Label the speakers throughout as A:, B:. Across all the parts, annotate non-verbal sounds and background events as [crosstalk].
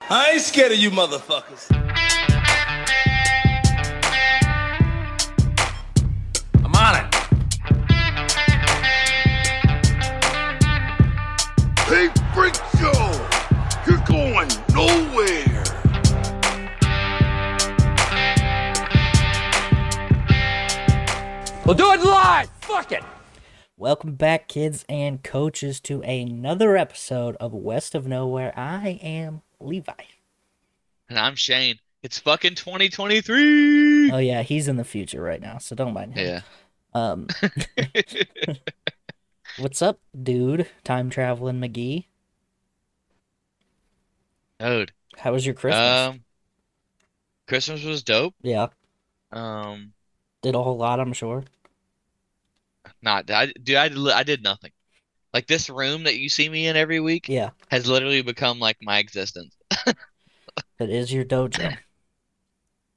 A: I ain't scared of you motherfuckers.
B: I'm on it.
C: Hey, Freak Show! You're going nowhere!
B: We'll do it live. Fuck it.
D: Welcome back, kids and coaches, to another episode of West of Nowhere. I am Levi.
E: And I'm Shane. It's fucking 2023.
D: Oh yeah, he's in the future right now, so don't mind him.
E: Yeah. [laughs]
D: Um, what's up, dude? Time traveling McGee.
E: Dude.
D: How was your Christmas?
E: Um Christmas was dope.
D: yeah,
E: Um
D: did a whole lot, I'm sure.
E: not I dude, I li- I did nothing. Like this room that you see me in every week
D: Yeah,
E: has literally become like my existence.
D: it is your
E: [clears throat]
D: dojo.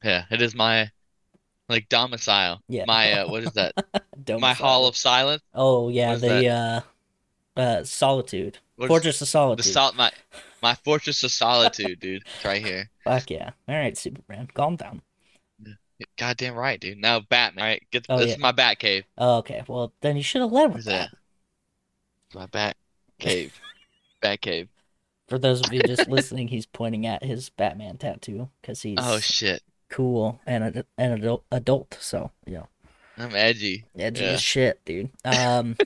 E: Yeah, it is my like domicile.
D: Yeah.
E: My uh, what is
D: [laughs]
E: that?
D: Don't
E: My
D: fuck.
E: hall of silence.
D: Oh yeah,
E: what is
D: the uh, uh, solitude,
E: What is-
D: fortress of
E: the
D: solitude.
E: sol- my my fortress of solitude, dude. It's right here.
D: Fuck yeah! All right, Superman, calm down.
E: Goddamn right, dude. Now Batman, all right? Get
D: Oh,
E: this
D: yeah.
E: is my bat cave.
D: Oh, okay, well then you should have led
E: What
D: with
E: is
D: that.
E: that? My bat cave.
D: [laughs]
E: bat cave.
D: For those of you just listening, he's pointing at his Batman tattoo because he's
E: Oh shit.
D: cool and ad- an adult, adult. So you know,
E: I'm edgy.
D: edgy
E: Yeah.
D: as shit, dude.
E: [laughs]
D: Um,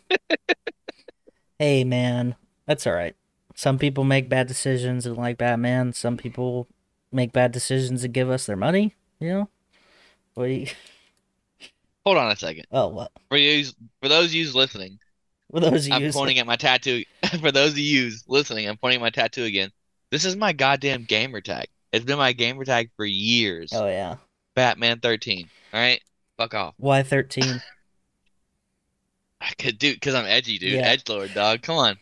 D: hey man, that's all right. Some people make bad decisions and like Batman. Some people make bad decisions and give us their money. You know, what? Do you... [laughs]
E: Hold on a second.
D: Oh, what?
E: For you for those of you listening,
D: Well, those of
E: I'm
D: you
E: pointing at my tattoo. [laughs] for those of you listening, I'm pointing at my tattoo again. This is my goddamn gamer tag. It's been my gamer tag for years.
D: Oh yeah,
E: Batman 13. All right? Fuck off.
D: Y thirteen.
E: I could do cuz I'm edgy, dude.
D: Yeah.
E: Edge lord, dog. Come on.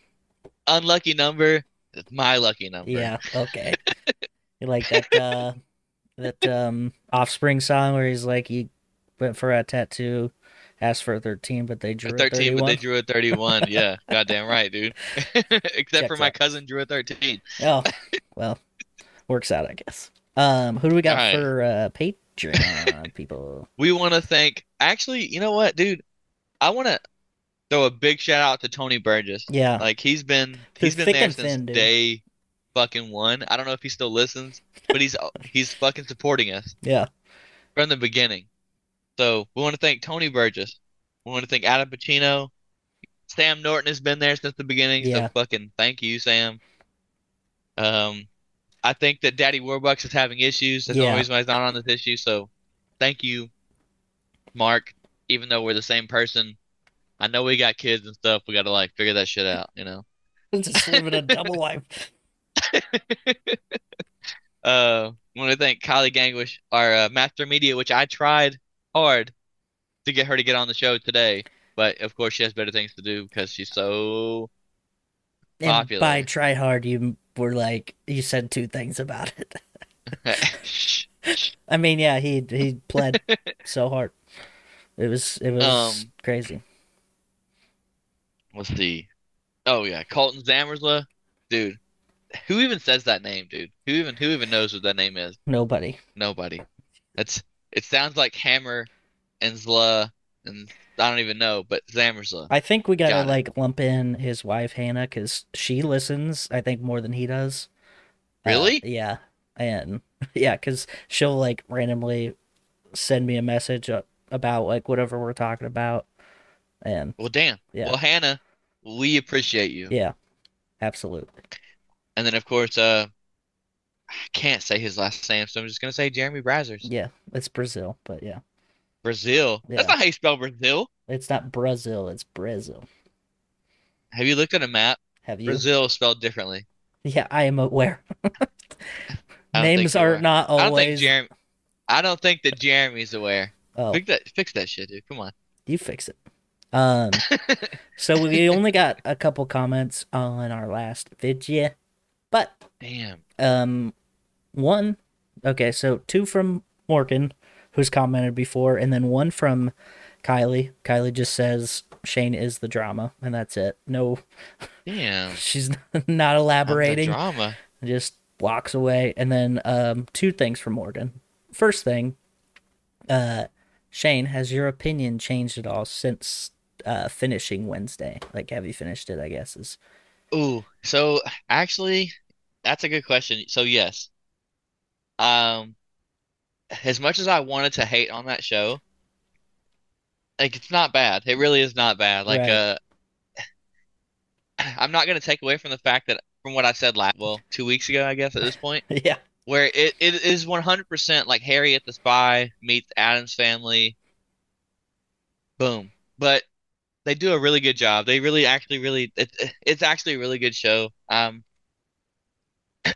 E: Unlucky number. It's my lucky number.
D: Yeah, okay. You like that uh that um offspring song where he's like he went for a tattoo, asked for a thirteen, but they
E: A
D: drew
E: 13, but
D: 31.
E: they drew a 31.
D: [laughs]
E: yeah, goddamn right, dude. [laughs] Except for
D: Checks
E: my
D: out.
E: cousin drew a 13.
D: Oh well. Works out I guess. Um who do we got
E: Alright.
D: for uh Patreon people?
E: We want to thank. Actually, you know what, dude? I want to throw a big shout out to Tony Burgess.
D: Yeah.
E: Like he's been
D: Through
E: he's been
D: thick
E: there
D: and
E: since
D: thin, dude.
E: day fucking one. I don't know if he still listens, but he's he's fucking supporting us
D: Yeah. [laughs]
E: from the beginning. So we want to thank Tony Burgess. We want to thank Adam Pacino. Sam Norton has been there since the beginning, so
D: Yeah.
E: fucking thank you, Sam. Um, I think that Daddy Warbucks is having issues. That's the
D: Yeah.
E: only reason why he's not on this issue. So thank you, Mark. Even though we're the same person, I know we got kids and stuff. We got to like figure that shit out, you know.
D: Just living a double life.
E: Uh, want to thank Kylie Gangwish, our uh, master media, which I tried hard to get her to get on the show today, but of course she has better things to do because she's so. [laughs]
D: And
E: Popular.
D: by try hard you were like you said two things about it. [laughs] I mean, yeah, he he
E: [laughs]
D: pled so hard. It was it was
E: Um,
D: crazy.
E: Let's see. Oh yeah, Colton Zamersla, dude. Who even says that name, dude? Who even who even knows what that name is?
D: Nobody.
E: Nobody. That's it sounds like Hammer and Zla and I don't even know, but Zamersla.
D: I think we gotta
E: Got it.
D: like lump in his wife Hannah because she listens. I think more than he does. Uh,
E: Really?
D: yeah, and [laughs] yeah, because she'll like randomly send me a message a- about like whatever we're talking about, and
E: Well, damn.
D: Yeah.
E: Well, Hannah, we appreciate you.
D: yeah, absolutely.
E: And then of course, uh, I can't say his last name, so I'm just gonna say Jeremy Brazzers.
D: Yeah, it's Brazil, but yeah,
E: Brazil. That's
D: Yeah.
E: not how you spell Brazil.
D: it's not Brazil. It's Brazil.
E: Have you looked at a map?
D: Have you?
E: Brazil is spelled differently.
D: [laughs] Yeah, I am aware.
E: I don't think
D: Names
E: you're
D: are
E: right.
D: not
E: I don't think
D: always.
E: Jeremy. I don't think that Jeremy's aware.
D: oh.
E: Fix that. Fix that shit, dude. Come on.
D: you fix it. Um, so we only got a couple comments on our last video, but
E: Damn.
D: um, one, okay, so two from Morgan, who's commented before, and then one from Kylie. Kylie just says Shane is the drama, and that's it. No, [laughs]
E: Damn. I'm the
D: she's not elaborating.
E: drama.
D: Just blocks away. And then um, two things from Morgan. First thing, uh, Shane, has your opinion changed at all since uh, finishing Wednesday? Like, have you finished it? I guess
E: [laughs]
D: is
E: Ooh, so actually, that's a good question. So yes, um, as much as I wanted to hate on that show, like it's not bad. It really is not bad. Like
D: Right.
E: uh, [sighs] I'm not gonna take away from the fact that from what I said last, well, two weeks ago, I guess at this point,
D: yeah,
E: where it, it is 100% like Harriet the Spy meets Adam's family. Boom. But they do a really good job. They really actually really it, it's actually a really good show. Um [clears throat]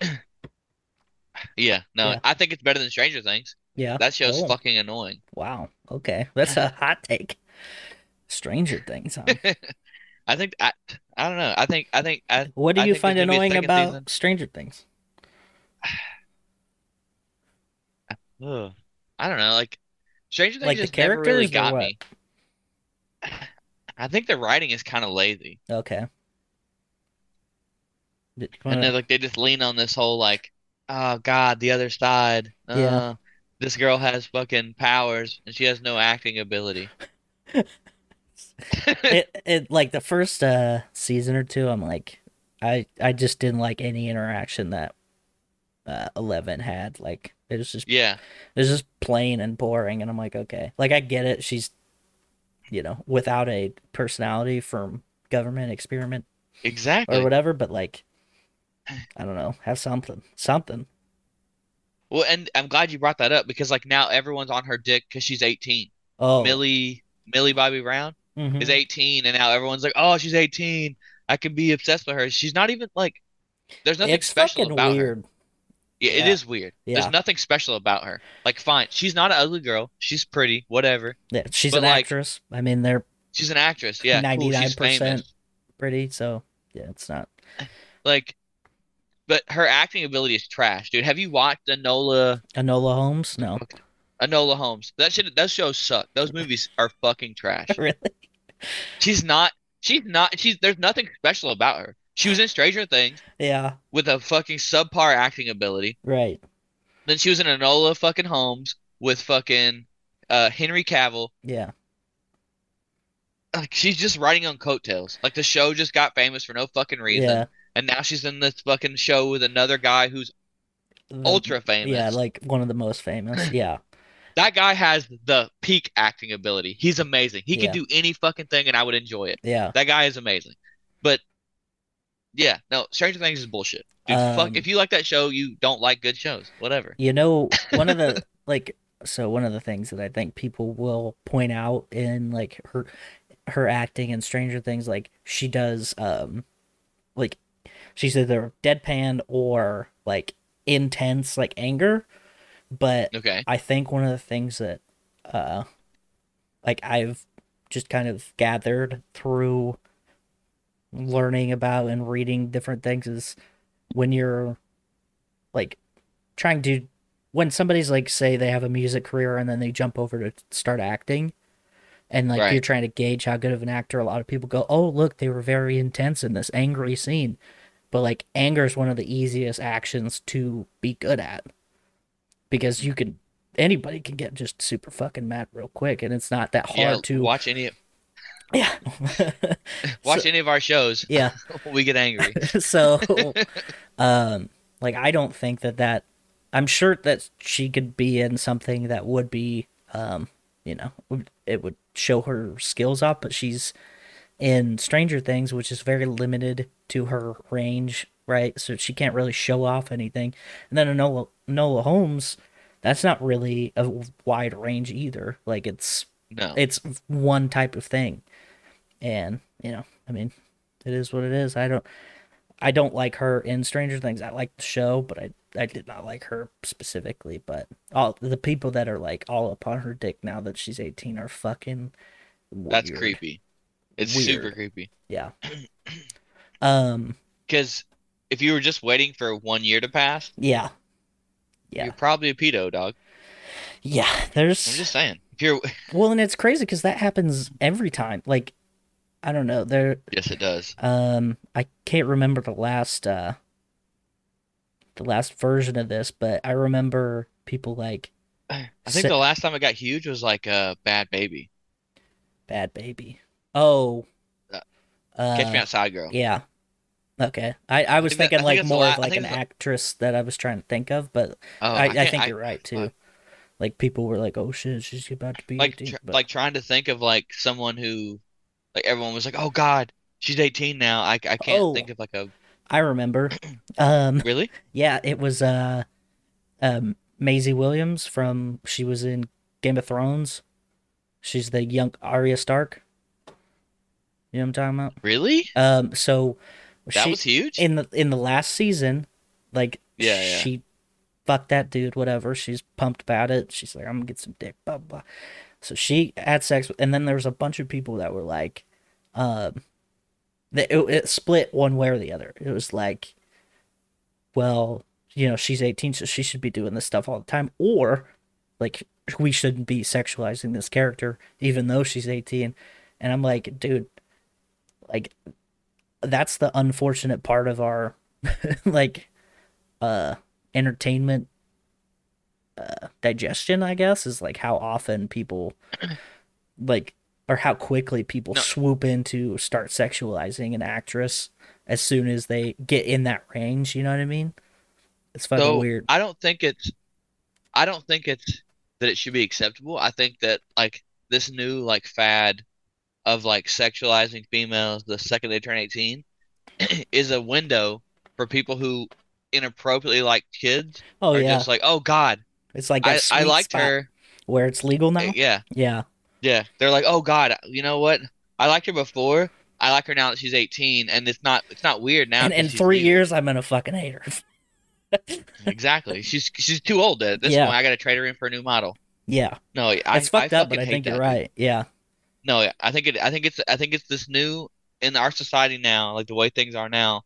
E: Yeah, no.
D: Yeah.
E: I think it's better than Stranger Things.
D: yeah.
E: That show's
D: Oh,
E: fucking annoying.
D: Wow. Okay, that's a hot take. Stranger Things. Huh?
E: I think I I don't know. I think I think [laughs] I
D: What do
E: I
D: you
E: think there's
D: find
E: gonna be a
D: annoying
E: second
D: about
E: season.
D: Stranger Things?
E: Ugh. I don't know, like Stranger Things
D: Like the
E: just never really
D: characters or
E: got
D: what?
E: me. [sighs] I think the writing is kind of lazy.
D: Okay. Did you
E: And
D: wanna-
E: then like they just lean on this whole like, oh God, the other side.
D: Yeah.
E: Uh, this girl has fucking powers and she has no acting ability.
D: it, it like the first uh season or two i'm like i i just didn't like any interaction that uh 11 had like it was just
E: Yeah,
D: it was just plain and boring and i'm like okay like i get it she's you know without a personality from government experiment or
E: exactly.
D: whatever but like i don't know have something something
E: Well, and I'm glad you brought that up because like now everyone's on her dick because she's 18.
D: oh
E: Millie Millie Bobby Brown
D: mhm.
E: is 18 and now everyone's like, oh, she's 18. I can be obsessed with her. She's not even like, there's nothing
D: it's
E: special
D: fucking
E: about her.
D: weird
E: Yeah, it
D: Yeah.
E: is weird. There's
D: Yeah.
E: nothing special about her. Like, fine, she's not an ugly girl. She's pretty, whatever.
D: yeah, she's
E: But,
D: an
E: like,
D: actress i mean they're
E: She's an actress. Yeah, cool. She's
D: 99%
E: famous.
D: pretty so yeah it's not
E: Like, but her acting ability is trash, dude. Have you watched Enola
D: Anola Holmes? No. [laughs]
E: Enola Holmes? That shit, those shows suck. Those movies are fucking trash.
D: really?
E: She's not. She's not. She's there's nothing special about her. She was in Stranger Things
D: Yeah.
E: with a fucking subpar acting ability.
D: Right.
E: Then she was in Enola fucking Holmes with fucking uh, Henry Cavill.
D: Yeah.
E: Like she's just riding on coattails. Like the show just got famous for no fucking reason,
D: Yeah.
E: and now she's in this fucking show with another guy who's
D: The-
E: ultra famous.
D: Mm-hmm. Yeah, like one of the most famous.
E: [laughs]
D: Yeah.
E: That guy has the peak acting ability. He's amazing. He
D: Yeah.
E: can do any fucking thing, and I would enjoy it.
D: Yeah.
E: That guy is amazing. But yeah, no, Stranger Things is bullshit. Dude,
D: Um,
E: fuck, if you like that show, you don't like good shows. Whatever.
D: You know, one of
E: [laughs]
D: the like so one of the things that I think people will point out in like her her acting in Stranger Things, like she does um like she's either deadpan or like intense like anger. But
E: Okay.
D: I think one of the things that uh like I've just kind of gathered through learning about and reading different things is when you're like trying to when somebody's like say they have a music career and then they jump over to start acting and like
E: Right.
D: you're trying to gauge how good of an actor a lot of people go oh look they were very intense in this angry scene but like anger is one of the easiest actions to be good at because you can anybody can get just super fucking mad real quick and it's not that hard
E: Yeah,
D: to
E: watch any
D: yeah
E: watch any of our shows.
D: [laughs] yeah
E: [laughs] We
D: [laughs]
E: get angry.
D: so um like i don't think that that i'm sure that she could be in something that would be um you know would- it would show her skills up but she's in stranger things which is very limited to her range right so she can't really show off anything and then nola nola holmes that's not really a wide range either like it's
E: No.
D: it's one type of thing and you know i mean it is what it is i don't i don't like her in stranger things i like the show but i i did not like her specifically but all the people that are like all up on her dick now that she's 18 are fucking
E: That's
D: weird.
E: creepy. It's super
D: Weird.
E: creepy.
D: yeah um
E: Because if you were just waiting for one year to pass,
D: yeah Yeah.
E: you're probably a pedo, dog.
D: yeah
E: I'm
D: there's
E: just saying. If you're, [laughs]
D: well and it's crazy because that happens every time like i don't know there
E: yes, it does.
D: Um, I can't remember the last uh the the last version of this, but I remember people like
E: I think
D: Sa-
E: the last time it got huge was like uh, Bad Baby.
D: Bad Baby. Oh.
E: Uh,
D: Uh,
E: Catch Me Outside Girl.
D: Yeah. Okay. I, I was
E: think that-
D: thinking
E: I think
D: like
E: that's the
D: more
E: la-
D: of
E: I
D: like
E: think
D: an
E: that's the-
D: actress that I was trying to think of, but
E: Oh,
D: I, I,
E: can't- uh,
D: think you're right too. like people were like, "Oh shit, she's about to be
E: like
D: 18,"
E: tr-
D: but-
E: like trying to think of like someone who like everyone was like, "Oh God, she's 18 now." I, I can't
D: Oh.
E: think of like a
D: I
E: [clears throat]
D: remember. Um,
E: really.
D: yeah, it was uh, um, Maisie Williams from she was in Game of Thrones. She's the young Arya Stark. You know what I'm talking about?
E: Really?
D: Um, so
E: That
D: she,
E: was huge.
D: in the in the last season, like
E: Yeah, yeah.
D: she fucked that dude, whatever. She's pumped about it. She's like, I'm gonna get some dick, blah blah. So she had sex, with- and then there was a bunch of people that were like, um, that it, it split one way or the other. It was like, well, you know, she's 18, so she should be doing this stuff all the time, or like we shouldn't be sexualizing this character even though she's 18 and i'm like dude like that's the unfortunate part of our [laughs] like uh entertainment uh digestion i guess is like how often people [clears throat] like or how quickly people
E: No.
D: swoop in to start sexualizing an actress as soon as they get in that range you know what i mean it's fucking
E: so
D: weird
E: I don't think it's I don't think it's that it should be acceptable. I think that like this new like fad of like sexualizing females the second they turn 18 [clears throat] is a window for people who inappropriately like kids
D: oh
E: are
D: yeah
E: just like, "Oh God,
D: it's like that
E: I I
D: sweet
E: liked
D: spot
E: her."
D: where it's legal now
E: Yeah.
D: yeah
E: Yeah, they're like, "Oh God, you know what? I liked her before. I like her now that she's 18, and it's not it's not weird now."
D: and
E: that
D: in
E: she's
D: three
E: legal."
D: years, I'm gonna fucking hate her.
E: [laughs]
D: [laughs]
E: exactly. She's she's too old at this
D: Yeah.
E: point. I got to trade her in for a new model.
D: yeah,
E: No, I,
D: it's fucked
E: I
D: up, but
E: fucking
D: I
E: hate
D: think
E: that,
D: you're
E: dude.
D: right. Yeah,
E: No, I think it. I think it's. I think it's this new in our society now, like the way things are now.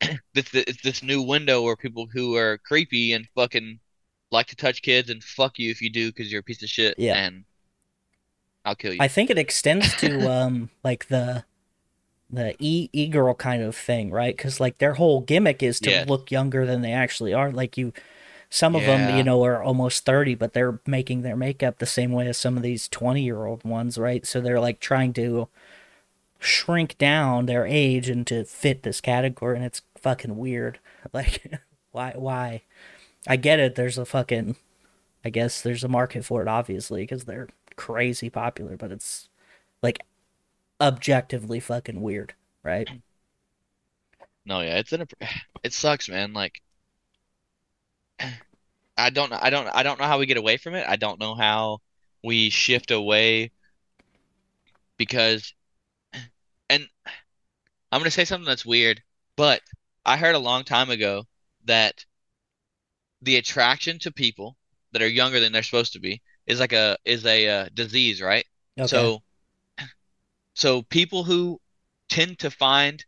E: [clears throat] This it's this new window where people who are creepy and fucking like to touch kids and fuck you if you do because you're a piece of shit.
D: Yeah.
E: and I'll kill you.
D: I think it extends to [laughs] um like the the e e girl kind of thing, right? Because like their whole gimmick is to
E: Yes.
D: look younger than they actually are. Like you, some of them,
E: Yeah.
D: you know, are almost thirty, but they're making their makeup the same way as some of these twenty year old ones, right? So they're like trying to shrink down their age and to fit this category, and it's fucking weird. [laughs] Like, why? Why? I get it. There's a fucking I guess there's a market for it, obviously, because they're crazy popular, but it's like objectively fucking weird, right?
E: No, yeah, it's in [sighs] it sucks, man. Like, [sighs] I don't, I don't, I don't know how we get away from it. I don't know how we shift away because, [sighs] and I'm gonna say something that's weird, but I heard a long time ago that the attraction to people that are younger than they're supposed to be is like a is a uh, disease, right?
D: Okay.
E: So, so people who tend to find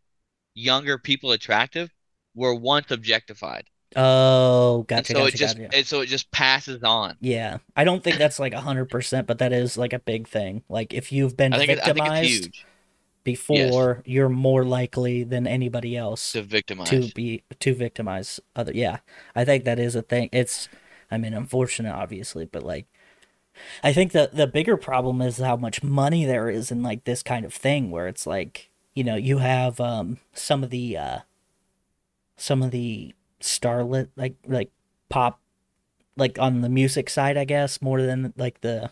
E: younger people attractive were once objectified,
D: oh,
E: and
D: gotcha,
E: so it
D: gotcha,
E: just
D: gotcha.
E: and so it just passes on.
D: yeah, I don't think that's like hundred percent, but that is like a big thing. Like if you've been
E: I think it, I think it's
D: victimized
E: huge
D: before, you're more likely than anybody else
E: to victimize.
D: to be to victimize other. Yeah, I think that is a thing. It's, I mean, unfortunate, obviously, but like, I think the the bigger problem is how much money there is in like this kind of thing, where it's like, you know, you have um some of the uh some of the starlet like like pop like on the music side, I guess, more than like the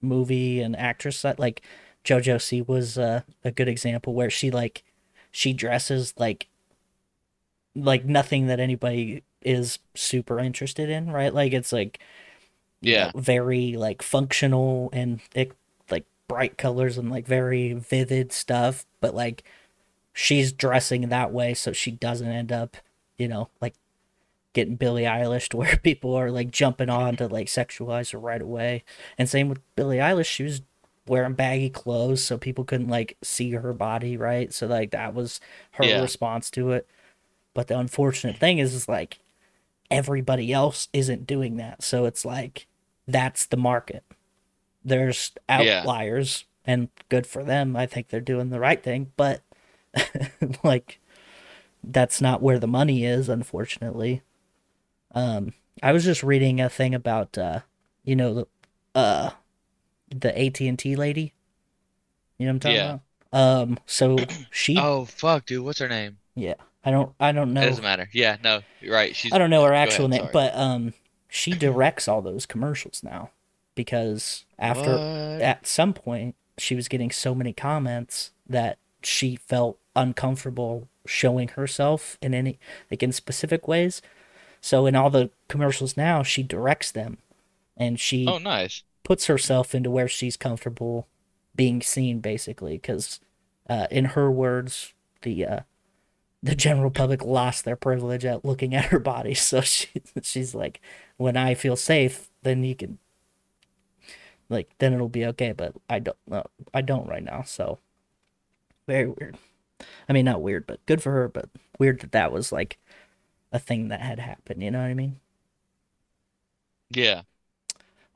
D: movie and actress side. Like JoJo C was uh, a good example where she like she dresses like like nothing that anybody is super interested in, right? Like it's like you
E: Yeah.
D: know, very like functional and it, like bright colors and like very vivid stuff, but like she's dressing that way so she doesn't end up, you know, like getting Billie Eilish to [laughs] where people are like jumping on to like sexualize her right away. And same with Billie Eilish, she was wearing baggy clothes so people couldn't like see her body, right? So like that was her
E: Yeah.
D: response to it. But the unfortunate thing is is like everybody else isn't doing that. So it's like that's the market. There's
E: Yeah.
D: outliers and good for them. I think they're doing the right thing, [laughs] but like that's not where the money is, unfortunately. Um, I was just reading a thing about uh, you know, the uh, the AT and T lady. You know what I'm talking
E: Yeah.
D: about? Um, so she,
E: Oh fuck, dude, what's her name?
D: I don't, I don't
E: It
D: know,
E: doesn't matter. Yeah, no, you're right. She's
D: I don't know her
E: ahead,
D: actual name,
E: sorry.
D: but um, she directs all those commercials now because after
E: What?
D: at some point she was getting so many comments that she felt uncomfortable showing herself in any like in specific ways so in all the commercials now she directs them and she
E: Oh, nice.
D: puts herself into where she's comfortable being seen basically because uh, in her words the uh, the general public lost their privilege at looking at her body [laughs] so she, she's like when i feel safe then you can like then it'll be okay but i don't no, i don't right now so very weird i mean not weird but good for her but weird that that was like a thing that had happened you know what i mean
E: Yeah.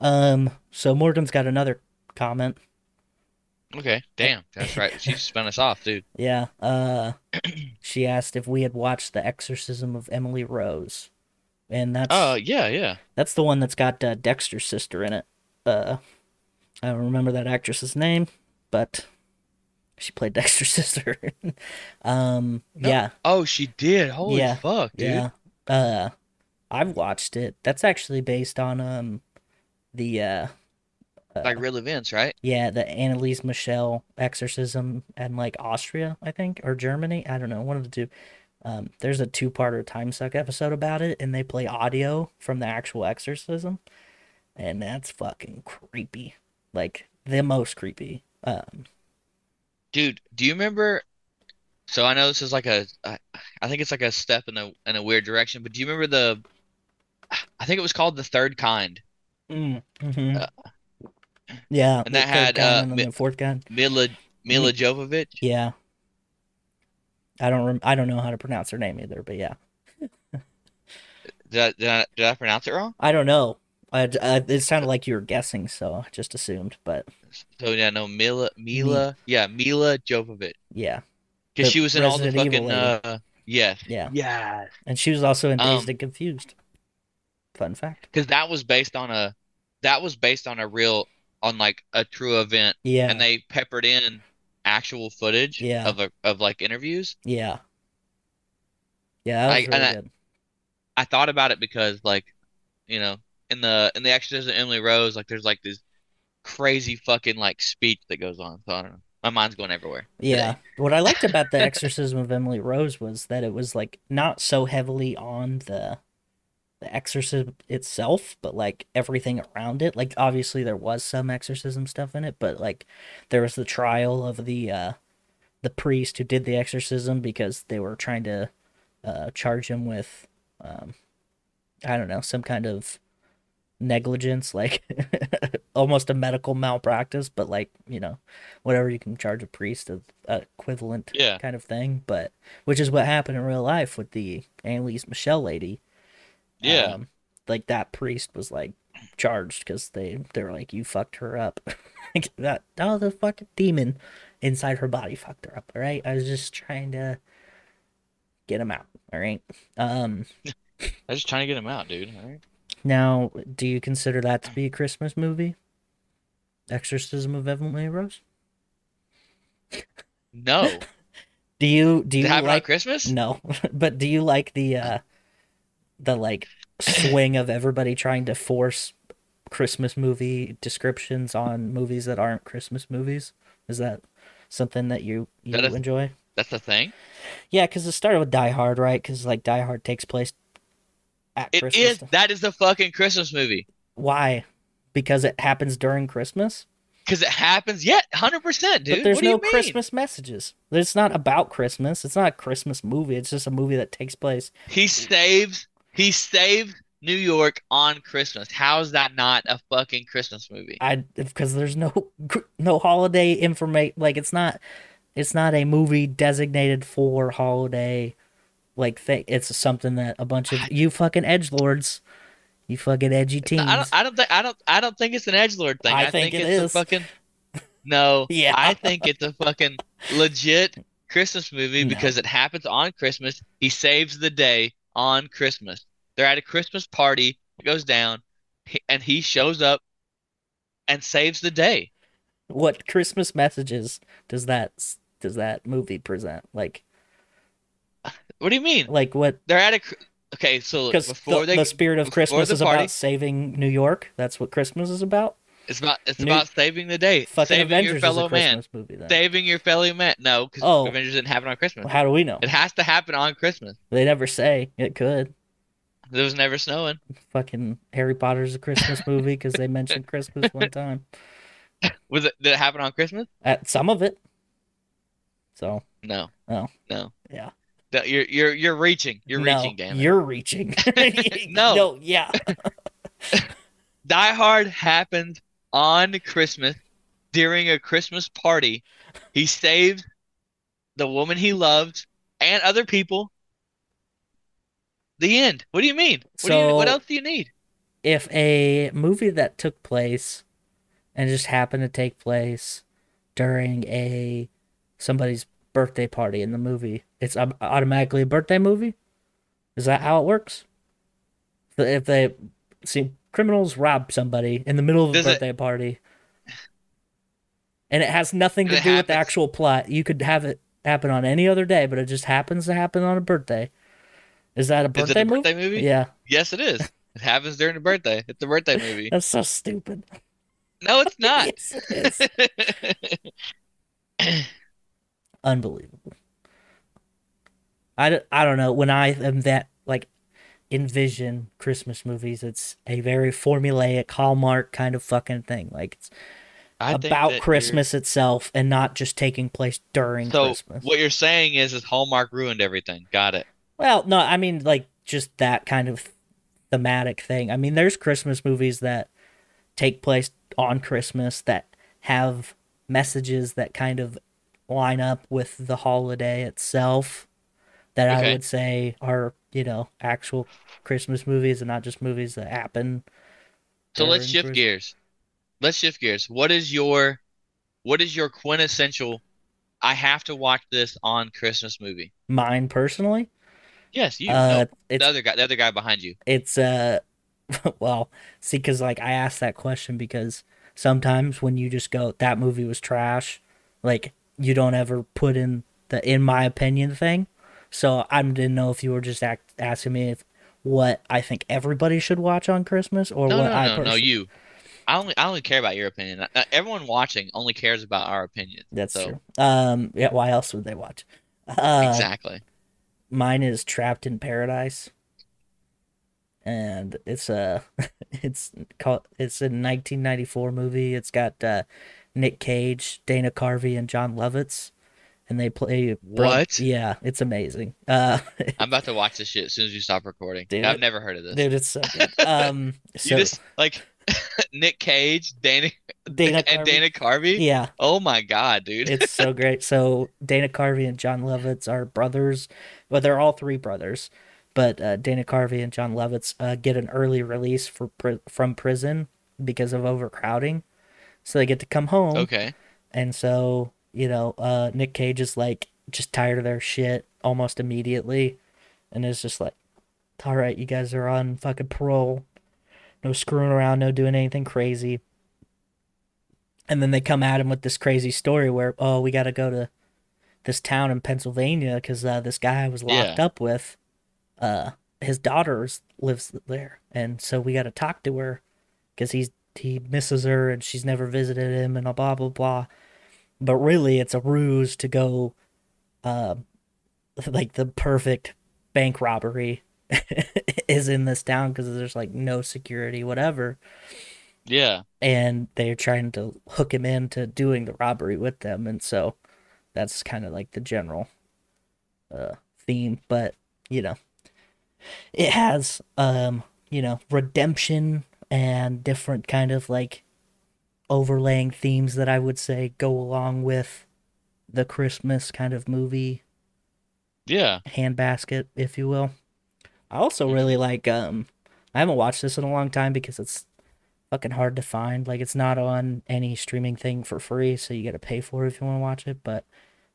D: um so morgan's got another comment
E: Okay. Damn. That's right. She spun us off, dude.
D: Yeah. Uh, she asked if we had watched The Exorcism of Emily Rose, and that's
E: Oh, yeah, yeah.
D: that's the one that's got uh, Dexter's sister in it. Uh, I don't remember that actress's name, but she played Dexter's [laughs] sister. um,
E: No,
D: yeah,
E: Oh, she did. Holy
D: Yeah,
E: fuck, dude.
D: yeah. Uh, I've watched it. That's actually based on um, the uh,
E: Like real events, right?
D: Yeah, the Annalise Michelle exorcism and like Austria, I think, or Germany. I don't know, one of the two. Um, there's a two-parter time suck episode about it, and they play audio from the actual exorcism, and that's fucking creepy. Like the most creepy. Um,
E: Dude, do you remember? So I know this is like a, I, I think it's like a step in a in a weird direction, but do you remember the? I think it was called The Third Kind.
D: mhm.
E: Uh,
D: yeah,
E: and that
D: the third
E: had,
D: gun
E: uh,
D: and then
E: mi-
D: the fourth gun.
E: Mila Mila
D: Mm-hmm.
E: Jovovich.
D: Yeah, I don't. Rem- I don't know how to pronounce her name either, but yeah,
E: Did I, did I, did I pronounce it wrong?
D: I don't know. I, I, it sounded like you were guessing, so I just assumed, but
E: So yeah, no, Mila Mila, yeah, Mila Jovovich,
D: yeah. Mm-hmm. The
E: because she was in all the
D: Resident Evil
E: fucking
D: lady.
E: uh, yeah,
D: Yeah.
E: yeah,
D: And she was also in Dazed
E: Um,
D: and Confused. Fun fact.
E: because that was based on a, that was based on a real, on like a true event.
D: Yeah.
E: and they peppered in actual footage
D: Yeah.
E: of a, of like interviews.
D: yeah. Yeah, that was
E: Like, and
D: really
E: I-
D: good.
E: I thought about it because like, you know, in the in the Exorcism of Emily Rose, like there's like this crazy fucking like speech that goes on. So I don't know. My mind's going everywhere.
D: Yeah. What I liked about
E: [laughs]
D: the exorcism of Emily Rose was that it was like not so heavily on the the exorcism itself, but like everything around it. Like obviously there was some exorcism stuff in it, but like there was the trial of the uh the priest who did the exorcism because they were trying to uh charge him with um I don't know, some kind of negligence, like [laughs] almost a medical malpractice, but like, you know, whatever you can charge a priest of uh, equivalent
E: Yeah.
D: kind of thing. But which is what happened in real life with the Annalise Michelle lady.
E: Yeah.
D: Um, like that priest was like charged because they, they were like, you fucked her up. [laughs] like that, oh, the fucking demon inside her body fucked her up. All right. I was just trying to get him out. All right. Um,
E: I was just trying to get him out, dude. All right.
D: now, do you consider that to be a Christmas movie? Exorcism of Emily Rose?
E: No.
D: [laughs] Do you do
E: Did
D: you
E: it happen on
D: like
E: Christmas?
D: No, [laughs] but do you like the uh the like swing of everybody trying to force Christmas movie descriptions on movies that aren't Christmas movies? Is that something that you you
E: That is-
D: enjoy?
E: That's the thing.
D: Yeah, because it started with Die Hard, right? Because like Die Hard takes place at
E: It
D: Christmas.
E: is. That is the fucking Christmas movie.
D: Why? Because it happens during Christmas.
E: Because it happens. Yeah, hundred percent, dude.
D: But there's
E: What do you
D: no
E: mean?
D: Christmas messages. It's not about Christmas. It's not a Christmas movie. It's just a movie that takes place.
E: He saves. He saved New York on Christmas. How is that not a fucking Christmas movie?
D: I because there's no [laughs] no holiday information. Like it's not it's not a movie designated for holiday like thing. It's something that a bunch of you fucking edge lords, you fucking edgy teens.
E: I don't. I don't think. I don't. I don't think it's an edge lord thing.
D: I
E: I,
D: think
E: think,
D: it is.
E: it's
D: [laughs]
E: a fucking. No.
D: Yeah.
E: I think it's a fucking legit Christmas movie
D: No.
E: because it happens on Christmas. He saves the day on Christmas. They're at a Christmas party. It goes down, he- and he shows up and saves the day.
D: What Christmas messages does that s- does that movie present? Like
E: What do you mean?
D: like what
E: They're at a. cr- Okay, so look,
D: because
E: before
D: the,
E: they,
D: the spirit of
E: before
D: Christmas
E: the
D: is
E: party-
D: about saving New York. That's what Christmas is about.
E: it's about it's
D: New-
E: about saving the day,
D: Fucking
E: saving
D: Avengers
E: your
D: is
E: fellow
D: a
E: man,
D: Christmas movie. Then
E: saving your fellow man. No, because
D: Oh.
E: Avengers didn't happen on Christmas.
D: how do we know?
E: It has to happen on Christmas.
D: They never say it could.
E: It was never snowing.
D: Fucking Harry Potter's a Christmas movie because they mentioned Christmas one time
E: Was it? Did it happen on Christmas?
D: at some of it. So
E: No.
D: Oh.
E: No.
D: Yeah.
E: No, you're you're you're reaching. You're
D: no,
E: reaching, damn it.
D: You're reaching. [laughs]
E: [laughs] No.
D: no, yeah.
E: Die Hard happened on Christmas during a Christmas party. He saved the woman he loved and other people. The end. What do you mean? What do you, what
D: So-
E: else do you need?
D: if a movie that took place and just happened to take place during a somebody's birthday party in the movie, it's au- automatically a birthday movie. Is that how it works? If they- If they see criminals rob somebody in the middle of a
E: Does it-
D: birthday party, and it has nothing to
E: And
D: do
E: it
D: with the
E: happens-
D: actual plot, you could have it happen on any other day, but it just happens to happen on a birthday. Is that a
E: Is
D: birthday,
E: it a
D: movie?
E: birthday movie?
D: Yeah,
E: Yes, it is. It happens during the birthday. It's a birthday movie.
D: that's so stupid.
E: No, it's not. [laughs]
D: Yes, it is. [laughs] unbelievable. I, d- I don't know. When I am that, like, envision Christmas movies, it's a very formulaic Hallmark kind of fucking thing. Like, it's
E: I think that
D: about
E: you're-
D: Christmas itself and not just taking place during
E: So
D: Christmas.
E: what you're saying is, is Hallmark ruined everything. Got it.
D: Well, no, I mean, like, just that kind of thematic thing. I mean, there's Christmas movies that take place on Christmas that have messages that kind of line up with the holiday itself that I
E: Okay.
D: would say are, you know, actual Christmas movies and not just movies that happen.
E: So let's
D: during
E: shift
D: Christ-
E: gears. Let's shift gears. What is your what is your quintessential I have to watch this on Christmas movie?
D: Mine personally.
E: Yes, you
D: Uh,
E: no,
D: it's
E: the other guy the other guy behind you.
D: it's uh [laughs] well see because like i asked that question because sometimes when you just go that movie was trash like you don't ever put in the in my opinion thing so i didn't know if you were just act, asking me if what i think everybody should watch on christmas or
E: No,
D: what
E: no,
D: i
E: no, no,
D: pers-
E: you. I only I only care about your opinion. Uh, everyone watching only cares about our opinions.
D: that's
E: so,
D: true um yeah why else would they watch uh
E: Exactly.
D: mine is trapped in paradise and it's a [laughs] it's called it's a 1994 movie it's got uh nick cage dana carvey and john lovitz and they play bro-
E: What?
D: yeah it's amazing uh [laughs]
E: I'm about to watch this shit as soon as you stop recording.
D: Dude.
E: I've never heard of this.
D: dude it's so
E: [laughs]
D: good um so
E: you just like [laughs] Nick Cage, Dana
D: dana
E: [laughs] and
D: Carvey-
E: Dana Carvey?
D: yeah
E: Oh my god, dude.
D: it's so great. So Dana Carvey and John Lovitz are brothers. Well, they're all three brothers, but uh, Dana Carvey and John Lovitz uh, get an early release for pri- from prison because of overcrowding. So they get to come home.
E: okay.
D: And so, you know, uh, Nick Cage is like just tired of their shit almost immediately. And is just like, all right, you guys are on fucking parole. No screwing around, no doing anything crazy. And then they come at him with this crazy story where, oh, we got to go to this town in Pennsylvania because uh, this guy I was locked up with, uh, his daughter lives there. And so we got to talk to her because he's he misses her and she's never visited him and blah blah blah. But really, it's a ruse to go, uh, [laughs] like the perfect bank robbery [laughs] is in this town because there's like no security, whatever,
E: Yeah.
D: and they're trying to hook him into doing the robbery with them, and so that's kind of like the general uh theme. But you know, it has um you know redemption and different kind of like overlaying themes that I would say go along with the Christmas kind of movie
E: Yeah.
D: [laughs] handbasket, if you will. I also
E: Mm-hmm.
D: really like um I haven't watched this in a long time because it's fucking hard to find. Like it's not on any streaming thing for free, so you gotta pay for it if you want to watch it. But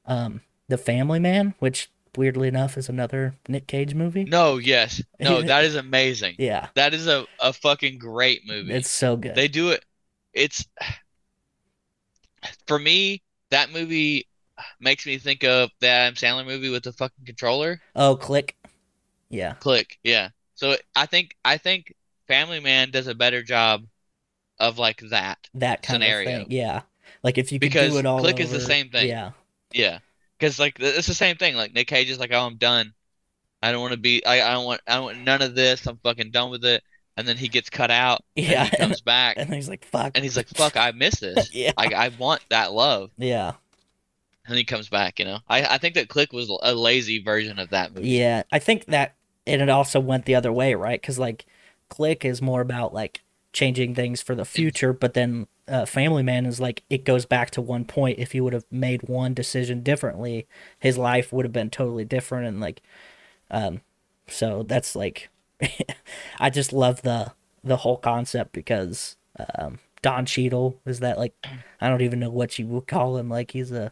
D: um The Family Man, which weirdly enough, is another Nick Cage movie.
E: No, yes.
D: [laughs]
E: No, that is amazing.
D: Yeah,
E: That is a, a fucking great movie.
D: it's so good.
E: They do it. It's for me, that movie makes me think of that Adam Sandler movie with the fucking controller.
D: oh, click. Yeah,
E: Click, yeah. So I think I think Family Man does a better job of like that.
D: that kind
E: Scenario.
D: of thing. Yeah, like if you could
E: Because
D: do it all.
E: click is the
D: over-
E: same thing.
D: Yeah,
E: Yeah, because like th- it's the same thing. Like Nick Cage is like, "Oh, I'm done. I don't want to be. I, I don't want. I don't want none of this. I'm fucking done with it." And then he gets cut out. and
D: Yeah, [laughs]
E: he
D: and-
E: comes back,
D: and he's like, "Fuck."
E: and he's like, "Fuck, I miss this.
D: yeah,
E: I I want that love."
D: yeah,
E: And he comes back. You know, I I think that Click was a lazy version of that movie.
D: yeah. I think that, and it also went the other way, right? Because like, click is more about like changing things for the future, but then uh, Family Man is like it goes back to one point. If he would have made one decision differently, his life would have been totally different, and like, um, so that's like, [laughs] I just love the the whole concept because um, Don Cheadle is that like, I don't even know what you would call him. Like he's a,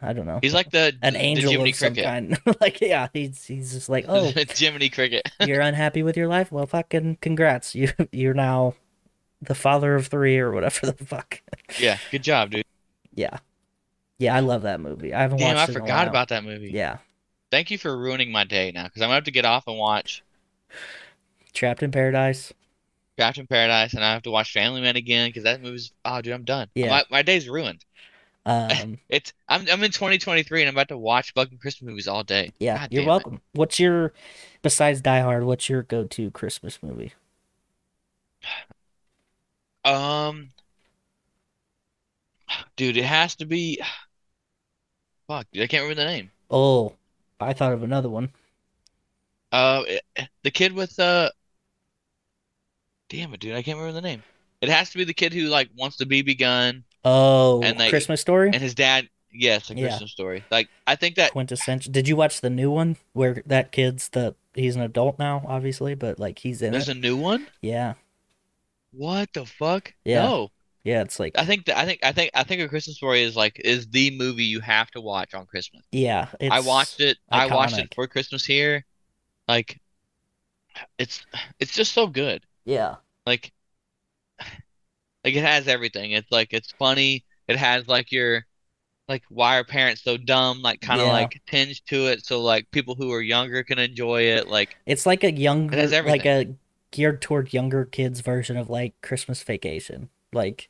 D: I don't know.
E: He's like the
D: an
E: the
D: angel
E: Jiminy
D: of some
E: Cricket. [laughs]
D: kind. [laughs] like, yeah, he's he's just like, oh,
E: Jiminy Cricket. [laughs]
D: you're unhappy with your life? Well, fucking congrats, you you're now the father of three or whatever the fuck. [laughs]
E: Yeah, good job, dude.
D: Yeah, yeah, I love that movie. I haven't
E: Damn, I
D: watched it. in a
E: forgot
D: while.
E: about that movie.
D: Yeah,
E: Thank you for ruining my day now, because I'm gonna have to get off and watch
D: Trapped in Paradise.
E: Trapped in Paradise, and I have to watch Family Man again because that movie's oh dude, I'm done.
D: Yeah.
E: My, my day's ruined. [laughs]
D: Um,
E: It's I'm I'm in 2023 and I'm about to watch fucking Christmas movies all day.
D: yeah,
E: God
D: you're
E: damn it.
D: welcome. What's your besides Die Hard? What's your go-to Christmas movie?
E: Um, dude, it has to be. Fuck, dude, I can't remember the name.
D: Oh, I thought of another one.
E: Uh, it- the kid with uh. Damn it, dude, I can't remember the name. It has to be the kid who like wants the BB gun
D: Oh,
E: And, like,
D: Christmas Story.
E: and his dad. Yes, a
D: Yeah.
E: Christmas story. Like I think that
D: quintessential. Did you watch the new one where that kid's the he's an adult now, obviously, but like he's in
E: there's
D: it.
E: a new one.
D: Yeah,
E: What the fuck?
D: Yeah.
E: No.
D: yeah, it's like
E: I think that I think I think I think a Christmas story is like is the movie you have to watch on Christmas.
D: yeah. It's,
E: I watched it. I watched it
D: iconic.
E: for Christmas here. Like it's it's just so good.
D: Yeah,
E: Like like it has everything. It's like it's funny. It has like your like why are parents so dumb? Like kind of
D: Yeah.
E: like tinge to it so like people who are younger can enjoy it. Like
D: it's like a younger,
E: It has
D: like a geared toward younger kids version of like Christmas Vacation. Like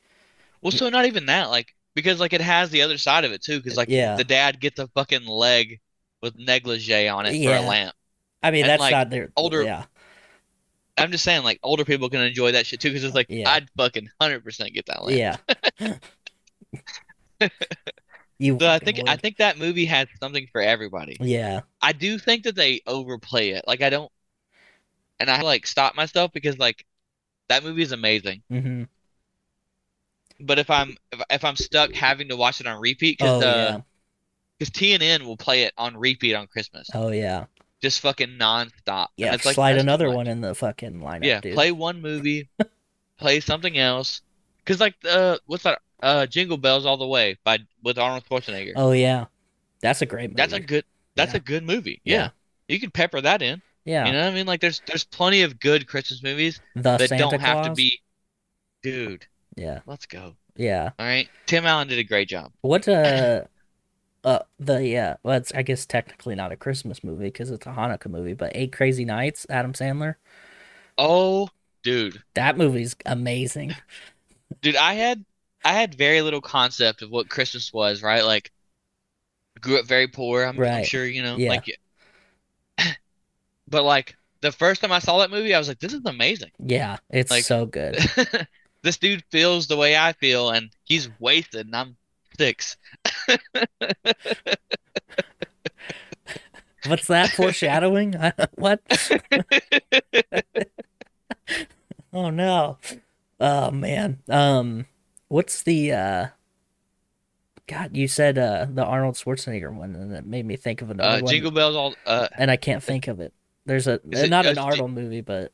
E: well so not even that like because like it has the other side of it too because like
D: Yeah.
E: the dad gets a fucking leg with negligee on it for
D: Yeah.
E: a lamp.
D: I mean,
E: And,
D: that's
E: like,
D: not their
E: older-
D: Yeah,
E: I'm just saying, like older people can enjoy that shit too, because it's like
D: Yeah.
E: I'd fucking hundred percent get that lamp.
D: yeah.
E: [laughs]
D: you.
E: So I
D: fucking
E: think I
D: would.
E: think that movie had something for everybody.
D: Yeah,
E: I do think that they overplay it. Like I don't, and I like stop myself because like that movie is amazing.
D: hmm
E: But if I'm if, if I'm stuck having to watch it on repeat,
D: Oh
E: because uh,
D: yeah.
E: because TNN will play it on repeat on Christmas,
D: Oh yeah.
E: just fucking nonstop.
D: Yeah.
E: and it's like
D: slide
E: that's too
D: another
E: much.
D: one in the fucking lineup.
E: Yeah,
D: dude.
E: play one movie, play something else. Cause like uh, what's that? Uh, Jingle Bells All the Way by with Arnold Schwarzenegger.
D: Oh yeah, that's a great movie.
E: that's a good. That's
D: Yeah.
E: a good movie.
D: Yeah.
E: Yeah. you can pepper that in.
D: yeah.
E: You know what I mean? Like there's there's plenty of good Christmas movies
D: the
E: that
D: Santa
E: don't have to
D: Claus?
E: be. Dude,
D: Yeah,
E: let's go.
D: yeah.
E: All right, Tim Allen did a great job.
D: What uh, uh, the yeah. Well, it's I guess technically not a Christmas movie because it's a Hanukkah movie, but Eight Crazy Nights, Adam Sandler.
E: Oh, dude,
D: That movie's amazing.
E: dude, I had I had very little concept of what Christmas was. Right, like grew up very poor. I'm, I'm
D: Right.
E: sure you know.
D: Yeah.
E: Like, [coughs] but like the first time I saw that movie, I was like, this is amazing. [laughs]
D: Yeah, it's
E: Like-
D: so good.
E: this dude feels the way I feel, and he's wasted, and I'm six.
D: What's that foreshadowing? [laughs] I- what? oh no. Oh man. Um, what's the uh? God, you said uh the Arnold Schwarzenegger one, and it made me think of another
E: Uh,
D: one.
E: Jingle Bells, all uh,
D: and I can't think of it. There's a
E: Is it
D: not an
E: just-
D: Arnold movie, but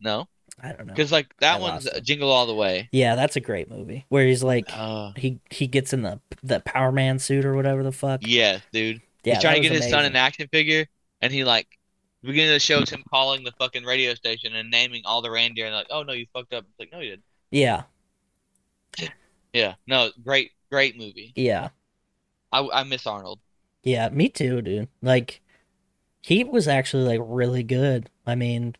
E: no,
D: I don't know.
E: because like
D: I
E: that one's
D: lost it.
E: Jingle All the Way.
D: Yeah, that's a great movie where he's like
E: Uh,
D: he he gets in the the Power Man suit or whatever the fuck.
E: yeah, dude,
D: Yeah,
E: he's
D: that
E: trying to
D: was
E: get his son an
D: amazing.
E: action figure, and he like the beginning of the show is him calling the fucking radio station and naming all the reindeer, and like, oh no, you fucked up. It's like, no, you didn't.
D: Yeah,
E: Yeah, no, great, great movie.
D: yeah,
E: I, I miss Arnold.
D: yeah. Me too, dude. Like, he was actually like really good. I mean,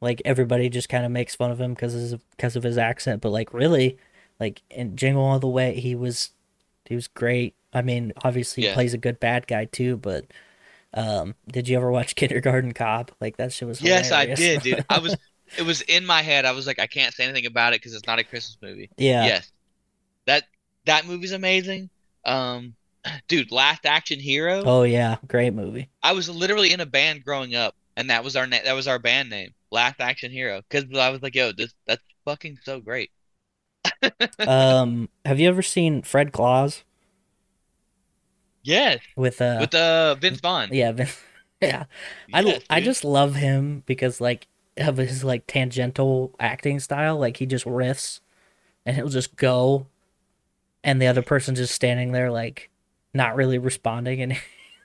D: like everybody just kind of makes fun of him because because of his accent, but like really, like in Jingle All the Way, he was he was great. I mean, obviously he
E: Yeah.
D: plays a good bad guy too, but um, did you ever watch [laughs] Kindergarten Cop? Like that shit was
E: Yes, I
D: hilarious.
E: did, dude. I was, it was in my head. I was like, I can't say anything about it because it's not a Christmas movie.
D: [laughs] yeah,
E: Yes, that that movie's amazing. Um, [clears throat] dude, Last Action Hero.
D: Oh yeah, great
E: [laughs]
D: movie.
E: I was literally in a band growing up, and that was our na- that was our band name, Last Action Hero, because I was like, yo, this that's fucking so great.
D: um, have you ever seen Fred Claus
E: Yes,
D: with uh
E: with uh Vince Vaughn.
D: yeah, [laughs] Vin- yeah. I
E: Yes,
D: I
E: dude.
D: just love him because like of his like tangential acting style, like he just riffs and he'll just go and the other person's just standing there like not really responding and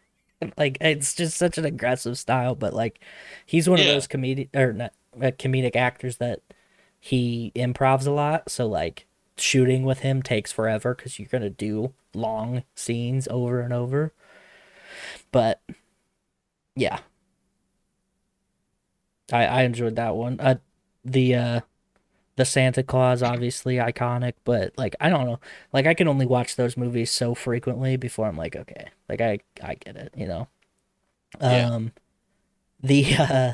D: [laughs] like it's just such an aggressive style, but like he's one of
E: Yeah.
D: those comedic or not uh, comedic actors that he improvs a lot, so like shooting with him takes forever cuz you're going to do long scenes over and over. But yeah, I I enjoyed that one. Uh, the uh, the Santa Claus obviously iconic, but like I don't know, like I can only watch those movies so frequently before I'm like, okay, like I I get it, you know.
E: Yeah.
D: Um, the [laughs] uh,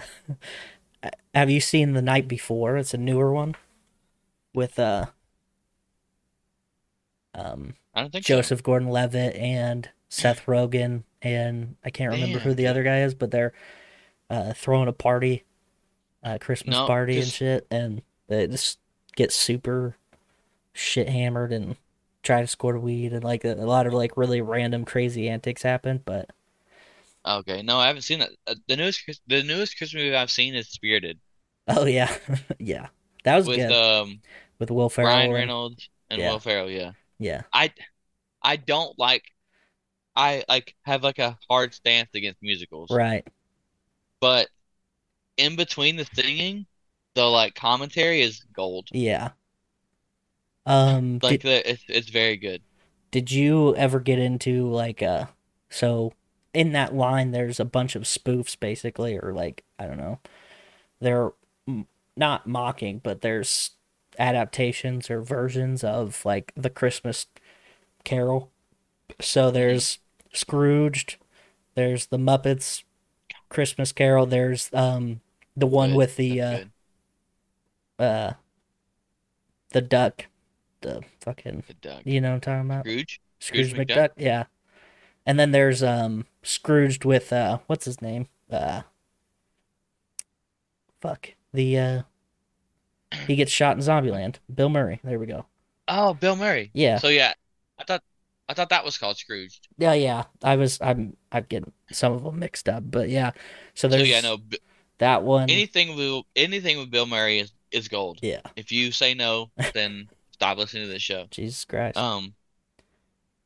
D: have you seen The Night Before? It's a newer one with uh, um,
E: I don't think so.
D: Joseph Gordon-Levitt and Seth Rogen and I can't remember who
E: Damn,
D: the other guy is, but they're uh, throwing a party, uh, Christmas
E: No,
D: party and
E: just-
D: shit, and they just get super shit hammered and try to score weed and like a, a lot of like really random crazy antics happen. But
E: Okay, no, I haven't seen that. Uh, the newest Chris- the newest Christmas movie I've seen is Spirited
D: oh yeah, [laughs] yeah, that was
E: with
D: good
E: um
D: with Will Ferrell.
E: Ryan
D: and-
E: Reynolds and
D: Yeah.
E: Will Ferrell. Yeah,
D: Yeah,
E: I I don't like I like have like a hard stance against musicals,
D: right.
E: but in between the singing, the like commentary is gold.
D: Yeah. Um, did-
E: Like the, it's it's very good.
D: Did you ever get into like uh so in that line there's a bunch of spoofs basically or like I don't know. They're m- not mocking, but there's adaptations or versions of like the Christmas Carol. So there's Scrooged, there's the Muppets Christmas Carol, there's um the one
E: Good.
D: with the
E: That's
D: uh
E: good.
D: uh the duck, the fucking
E: The duck.
D: you know what I'm talking about?
E: Scrooge?
D: Scrooge
E: Scrooge
D: McDuck.
E: McDuck?
D: yeah. And then there's um Scrooged with uh what's his name? Uh fuck. The uh he gets shot in Zombieland. Bill Murray. There we go.
E: Oh, Bill Murray.
D: Yeah.
E: So yeah, I thought I thought that was called Scrooge.
D: Yeah, yeah. I was I'm I'm getting some of them mixed up, but yeah. So
E: So
D: there's
E: Oh, yeah, no, B-
D: that one.
E: anything with anything with Bill Murray is is gold.
D: Yeah.
E: If you say no, then [laughs] stop listening to this show.
D: Jesus Christ.
E: Um,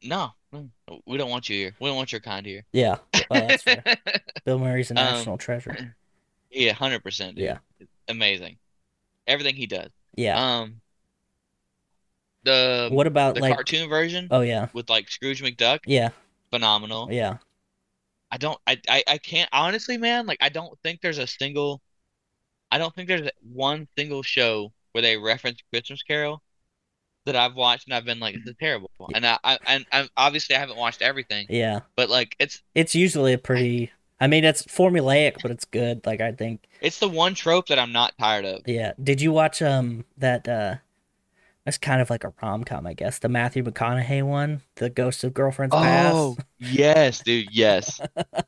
E: no, no, we don't want you here. We don't want your kind here. [laughs]
D: yeah. Well, that's fair. Bill Murray's
E: Um,
D: a national treasure.
E: [clears throat] Yeah, hundred percent, dude.
D: Yeah.
E: Amazing, everything he does.
D: Yeah.
E: Um, the
D: what about
E: um, the
D: like
E: cartoon version
D: Oh yeah.
E: with like Scrooge McDuck,
D: Yeah.
E: phenomenal.
D: Yeah.
E: I don't I, I I can't honestly, man, like I don't think there's a single I don't think there's one single show where they reference Christmas Carol that I've watched and I've been like, this is terrible. And I, I and I obviously I haven't watched everything,
D: Mm-hmm. Yeah.
E: but like it's
D: It's usually a pretty I mean it's formulaic, but it's good. Like I think
E: it's the one trope that I'm not tired of.
D: Yeah. Did you watch um that uh that's kind of like a rom com, I guess. The Matthew McConaughey one, The Ghost of Girlfriend's
E: Oh,
D: Past.
E: yes, dude,
D: [laughs]
E: yes.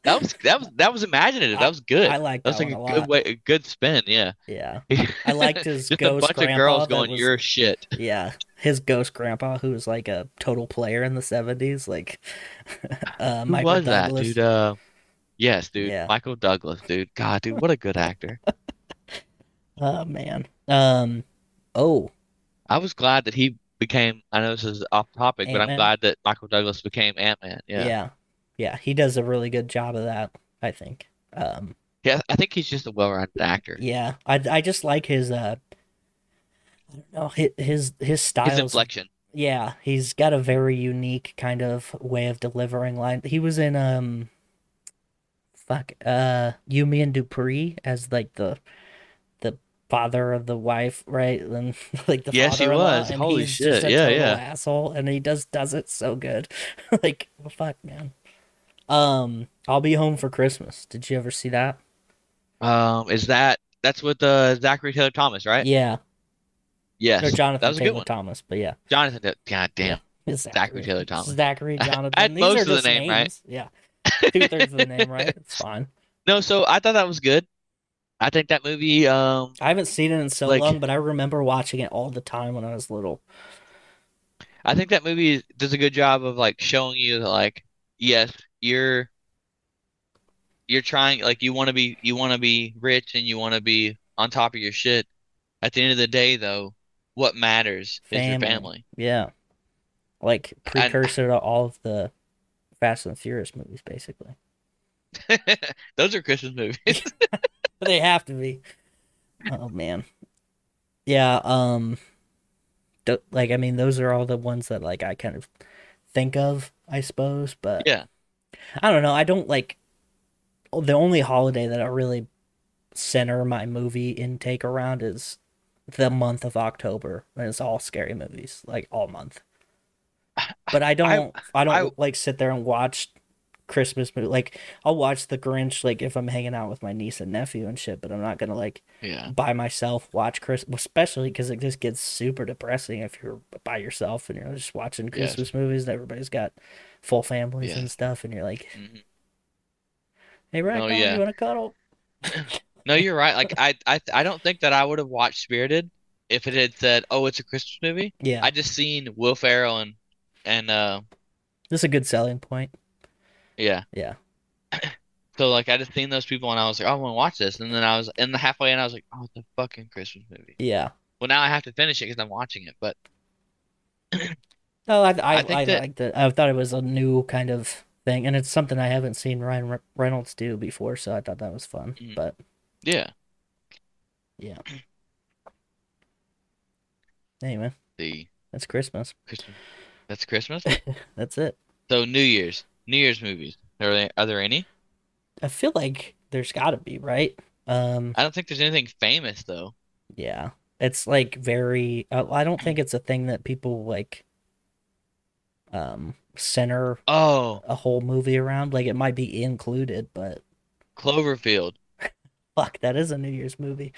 E: That was that was that was imaginative. That was good.
D: I like
E: That was
D: that
E: like
D: one
E: a
D: a
E: good
D: lot.
E: way, a good spin, yeah. [laughs]
D: Yeah. I liked his
E: Just a
D: ghost
E: bunch of
D: grandpa
E: girls
D: that
E: going,
D: was-
E: "You're shit."
D: Yeah. His ghost grandpa, who was like a total player in the seventies, like [laughs] uh
E: Who
D: Michael
E: was that,
D: Douglas.
E: dude? Uh, yes, dude.
D: Yeah.
E: Michael Douglas, dude. God, dude, what a
D: [laughs]
E: good actor.
D: Oh man. Um oh
E: I was glad that he became. I know this is off topic, but I'm
D: Ant-Man?
E: glad that Michael Douglas became Ant Man.
D: yeah.
E: Yeah.
D: yeah, he does a really good job of that. I think. Um,
E: Yeah, I think he's just a well-rounded actor.
D: yeah, I I just like his uh, I don't know his his, his
E: His
D: styles.
E: inflection.
D: yeah, he's got a very unique kind of way of delivering line. He was in um, fuck uh, Yumi and Dupree as like the the father of the wife, right? [laughs] And like the
E: Yes, he
D: father-in-law,
E: was.
D: and
E: Holy
D: he's
E: shit,
D: just a
E: yeah,
D: total
E: yeah.
D: asshole, and he just does it so good. [laughs] like fuck, man. Um, I'll be home for Christmas. Did you ever see that?
E: Um, is that that's with uh Zachary Taylor Thomas, right?
D: Yeah,
E: Yes.
D: or Jonathan
E: that was a good
D: Taylor
E: one.
D: Thomas, but yeah.
E: Jonathan. Taylor- God damn.
D: It's
E: Zachary Taylor Thomas. [laughs]
D: Zachary Jonathan.
E: I had
D: These
E: most
D: are
E: of the
D: just
E: name, right?
D: names. Yeah. Two thirds of the name, right? It's fine.
E: No, so I thought that was good. I think that movie. Um,
D: I haven't seen it in so
E: Like-
D: long, but I remember watching it all the time when I was little.
E: I think that movie does a good job of like showing you that like, yes, you're you're trying like you want to be you want to be rich and you want to be on top of your shit. At the end of the day, though, what matters is your
D: Family.
E: family.
D: Yeah. Like precursor to all of the Fast and Furious movies, basically.
E: Those are Christmas movies.
D: they have to be. Oh man. Yeah, um th- like I mean those are all the ones that like I kind of think of, I suppose, but
E: [laughs] Yeah.
D: I don't know. I don't like the only holiday that I really center my movie intake around is the month of October, and it's all scary movies, like all month. But I don't, I, don't
E: I-
D: like sit there and watch Christmas movie. Like I'll watch The Grinch, like if I'm hanging out with my niece and nephew and shit. But I'm not gonna like
E: Yeah.
D: by myself watch Christmas, especially because it just gets super depressing if you're by yourself and you're just watching
E: Yes.
D: Christmas movies and everybody's got full families
E: Yeah.
D: and stuff, and you're like,
E: Mhm.
D: hey, right
E: Oh, yeah.
D: you want to cuddle?
E: No, you're right. Like I, I, I don't think that I would have watched Spirited if it had said, "Oh, it's a Christmas movie."
D: Yeah,
E: I just seen Will Ferrell and and uh,
D: this is a good selling point.
E: yeah.
D: Yeah.
E: [clears throat] So like I just seen those people and I was like, oh, I want to watch this, and then I was in the halfway and I was like, oh, it's a fucking Christmas movie.
D: Yeah.
E: Well, now I have to finish it because I'm watching it. But
D: No, Oh, I I,
E: I think
D: I
E: that-
D: liked it. I thought it was a new kind of thing, and it's something I haven't seen Ryan Re- Reynolds do before, so I thought that was fun.
E: Mhm.
D: But
E: yeah,
D: anyway,
E: the
D: that's Christmas.
E: Christmas. That's [laughs] Christmas.
D: That's it.
E: So New Year's, New Year's movies. Are there are there any?
D: I feel like there's got to be right. Um,
E: I don't think there's anything famous though.
D: yeah, it's like very. Uh, I don't think it's a thing that people like. Um, center
E: Oh,
D: a whole movie around. Like it might be included, but
E: Cloverfield.
D: fuck, that is a New Year's movie.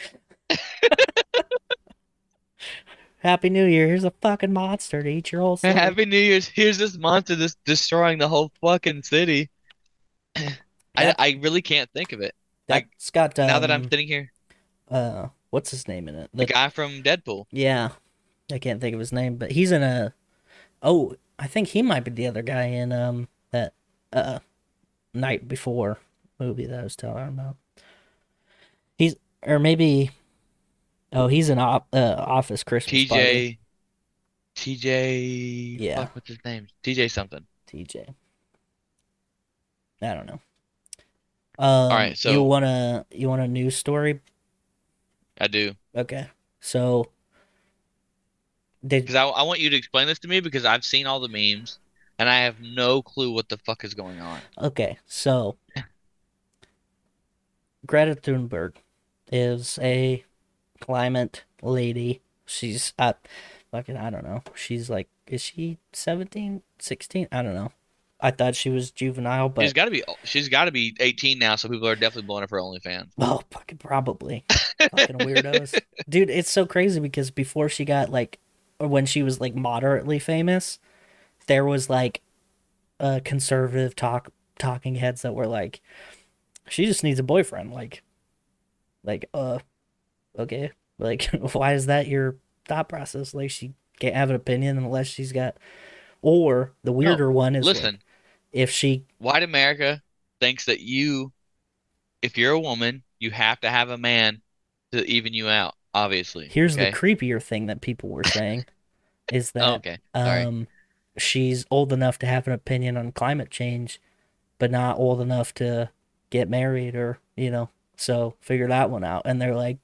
D: Happy New Year! Here's a fucking monster to eat your whole. soul.
E: [laughs] Happy New Year's. Here's this monster that's destroying the whole fucking city. [clears throat] I
D: That-
E: I really can't think of it. like,
D: That's got um,
E: Now that I'm sitting here,
D: uh, what's his name in it?
E: the
D: The-
E: guy from Deadpool.
D: yeah, I can't think of his name, but he's in a. Oh, I think he might be the other guy in um that uh, night before movie that I was telling about. He's or maybe, oh, he's an op, uh, office Christmas party.
E: TJ. TJ.
D: Yeah.
E: Fuck, what's his name? TJ something.
D: TJ. I don't know. Um,
E: right,
D: you
E: so-
D: want to you want a news story?
E: I do.
D: Okay, so did
E: Because I, I want you to explain this to me because I've seen all the memes and I have no clue what the fuck is going on.
D: Okay, so Greta Thunberg is a climate lady. She's uh fucking I don't know. She's like is she 17, 16? I don't know. I thought she was juvenile,
E: she's
D: but
E: got to be she's got to be 18 now, so people are definitely blowing up her OnlyFans.
D: oh, fucking probably. fucking
E: [laughs]
D: weirdos. Dude, it's so crazy because before she got like or when she was like moderately famous, there was like uh conservative talk talking heads that were like she just needs a boyfriend like like uh okay like [laughs] why is that your thought process like she can't have an opinion unless she's got or the weirder one is like,
E: Listen,
D: if she
E: white America thinks that you, if you're a woman, you have to have a man to even you out, obviously.
D: here's
E: okay?
D: the creepier thing that people were saying is that
E: [laughs] Oh, okay. Sorry.
D: um she's old enough to have an opinion on climate change but not old enough to get married or you know. So figure that one out. And they're like,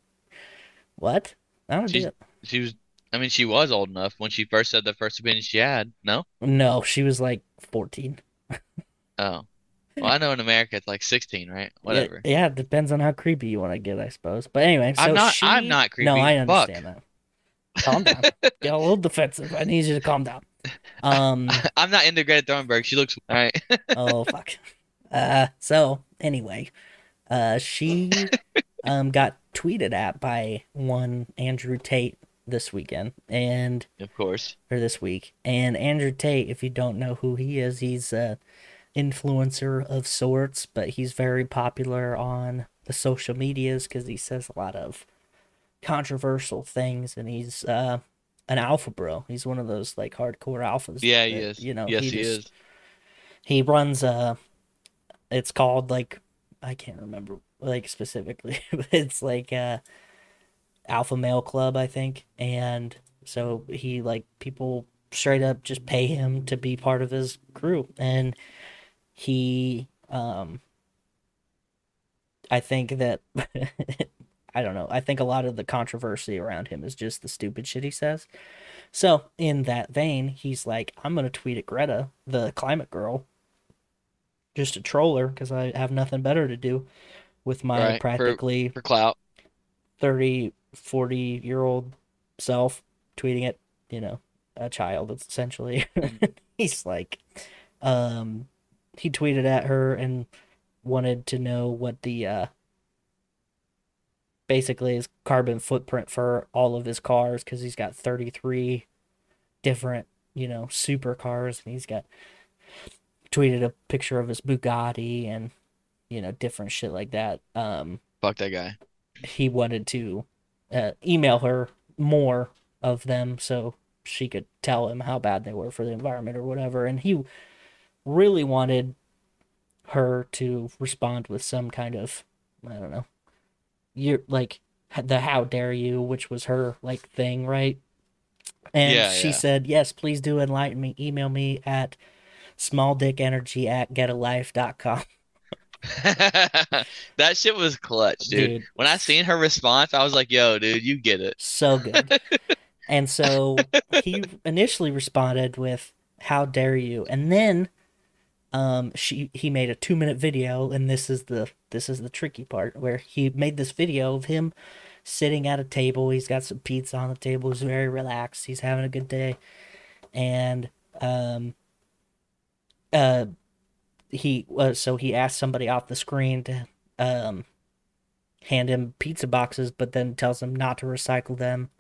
D: "What? I don't
E: She's-
D: do it."
E: She was, I mean, she was old enough when she first said the first opinion she had. No?
D: No, she was like fourteen.
E: Oh. Well,
D: [laughs]
E: I know in America it's like 16, right?
D: Yeah-
E: Whatever. [laughs]
D: Yeah, it depends on how creepy you want to get, I suppose. But anyway,
E: I'm
D: so
E: not- I'm
D: she-
E: not
D: No,
E: creepy.
D: I
E: Fuck.
D: understand that. Calm
E: [laughs]
D: down. Get a little defensive. I need you to calm down. Um.
E: I'm not into Greta Thunberg. She looks all right. [laughs]
D: oh fuck. Uh, so anyway, uh,
E: [laughs]
D: she um got tweeted at by one Andrew Tate this weekend and
E: of course.
D: or this week. And Andrew Tate, if you don't know who he is, he's a influencer of sorts, but he's very popular on the social medias because he says a lot of controversial things, and he's uh an alpha bro. He's one of those like hardcore alphas.
E: Yeah, he
D: that,
E: is.
D: You know,
E: yes,
D: he,
E: he,
D: just-
E: is.
D: he runs a it's called like i can't remember like specifically [laughs] but it's like uh alpha male club i think and so he like people straight up just pay him to be part of his crew and he um i think that [laughs] i don't know i think a lot of the controversy around him is just the stupid shit he says so in that vein he's like i'm gonna tweet at greta the climate girl just a troller because i have nothing better to do with my
E: Right, for-
D: practically
E: For clout.
D: 30 40 year old self tweeting at you know a child essentially [laughs] he's like um he tweeted at her and wanted to know what the uh basically his carbon footprint for all of his cars because he's got 33 different you know supercars and he's got tweeted a picture of his bugatti and you know different shit like that um
E: Fuck that guy. [laughs]
D: he wanted to uh, email her more of them so she could tell him how bad they were for the environment or whatever. And he really wanted her to respond with some kind of, I don't know, you're like the how dare you, which was her like thing, right? And
E: Yeah,
D: she
E: yeah.
D: said, yes, please do enlighten me. Email me at smalldickenergy at getalife.com.
E: that shit was clutch, dude.
D: Dude.
E: When I seen her response, I was like, yo, dude, you get it.
D: so good. and so he initially responded with "How dare you?" and then um she he made a 2-minute video and this is the this is the tricky part where he made this video of him sitting at a table. He's got some pizza on the table. He's very relaxed. He's having a good day. And um uh he uh, so he asked somebody off the screen to um hand him pizza boxes, but then tells him not to recycle them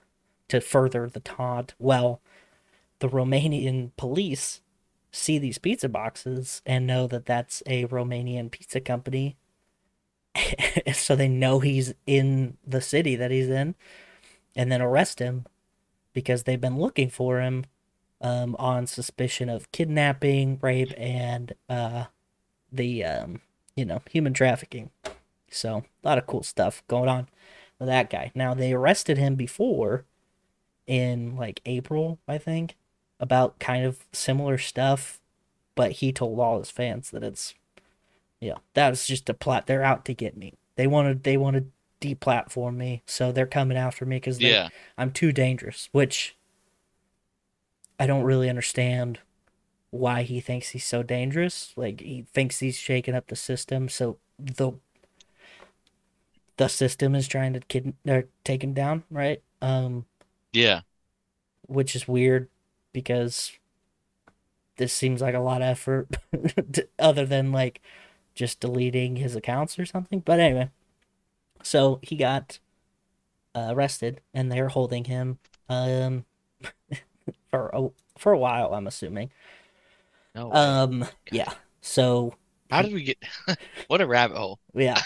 D: to further the taunt. Well, the Romanian police see these pizza boxes and know that that's a Romanian pizza company. [laughs] so they know he's in the city that he's in and then arrest him because they've been looking for him um, on suspicion of kidnapping, rape, and uh, the, um, you know, human trafficking. So a lot of cool stuff going on with that guy. Now they arrested him before in like April, I think, about kind of similar stuff, but he told all his fans that it's yeah, that was just a plot. They're out to get me. They wanted they wanted deplatform me, so they're coming after me because
E: Yeah.
D: I'm too dangerous, which I don't really understand why he thinks he's so dangerous. Like he thinks he's shaking up the system, so the the system is trying to kid or take him down, right? Um,
E: Yeah.
D: which is weird because this seems like a lot of effort [laughs] to- other than like just deleting his accounts or something. But anyway, so he got uh, arrested and they're holding him um [laughs] for a, for a while, I'm assuming.
E: No. way.
D: Um, yeah. So
E: How did we get [laughs] what a rabbit hole.
D: yeah.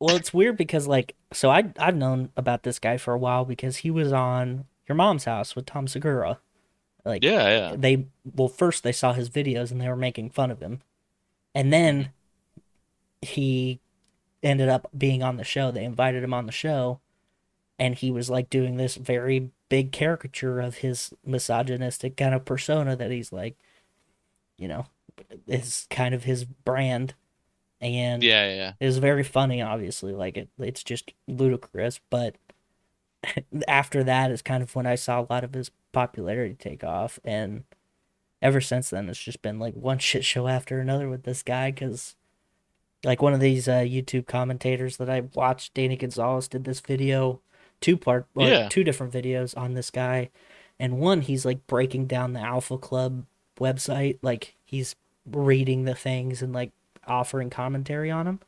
D: Well, it's weird because like so I I've known about this guy for a while because he was on Your Mom's House with Tom Segura. Like [laughs]
E: Yeah, yeah.
D: they well first they saw his videos and they were making fun of him. And then he ended up being on the show. They invited him on the show and he was like doing this very big caricature of his misogynistic kind of persona that he's like you know is kind of his brand, and
E: Yeah, yeah, yeah.
D: it was very funny. Obviously, like it, it's just ludicrous. But [laughs] after that is kind of when I saw a lot of his popularity take off, and ever since then, it's just been like one [laughs] shit show after another with this guy. Because like one of these uh, YouTube commentators that I watched, Danny Gonzalez did this video, two part, well,
E: Yeah.
D: two different videos on this guy, and one he's like breaking down the Alpha Club website, like he's reading the things and like offering commentary on them.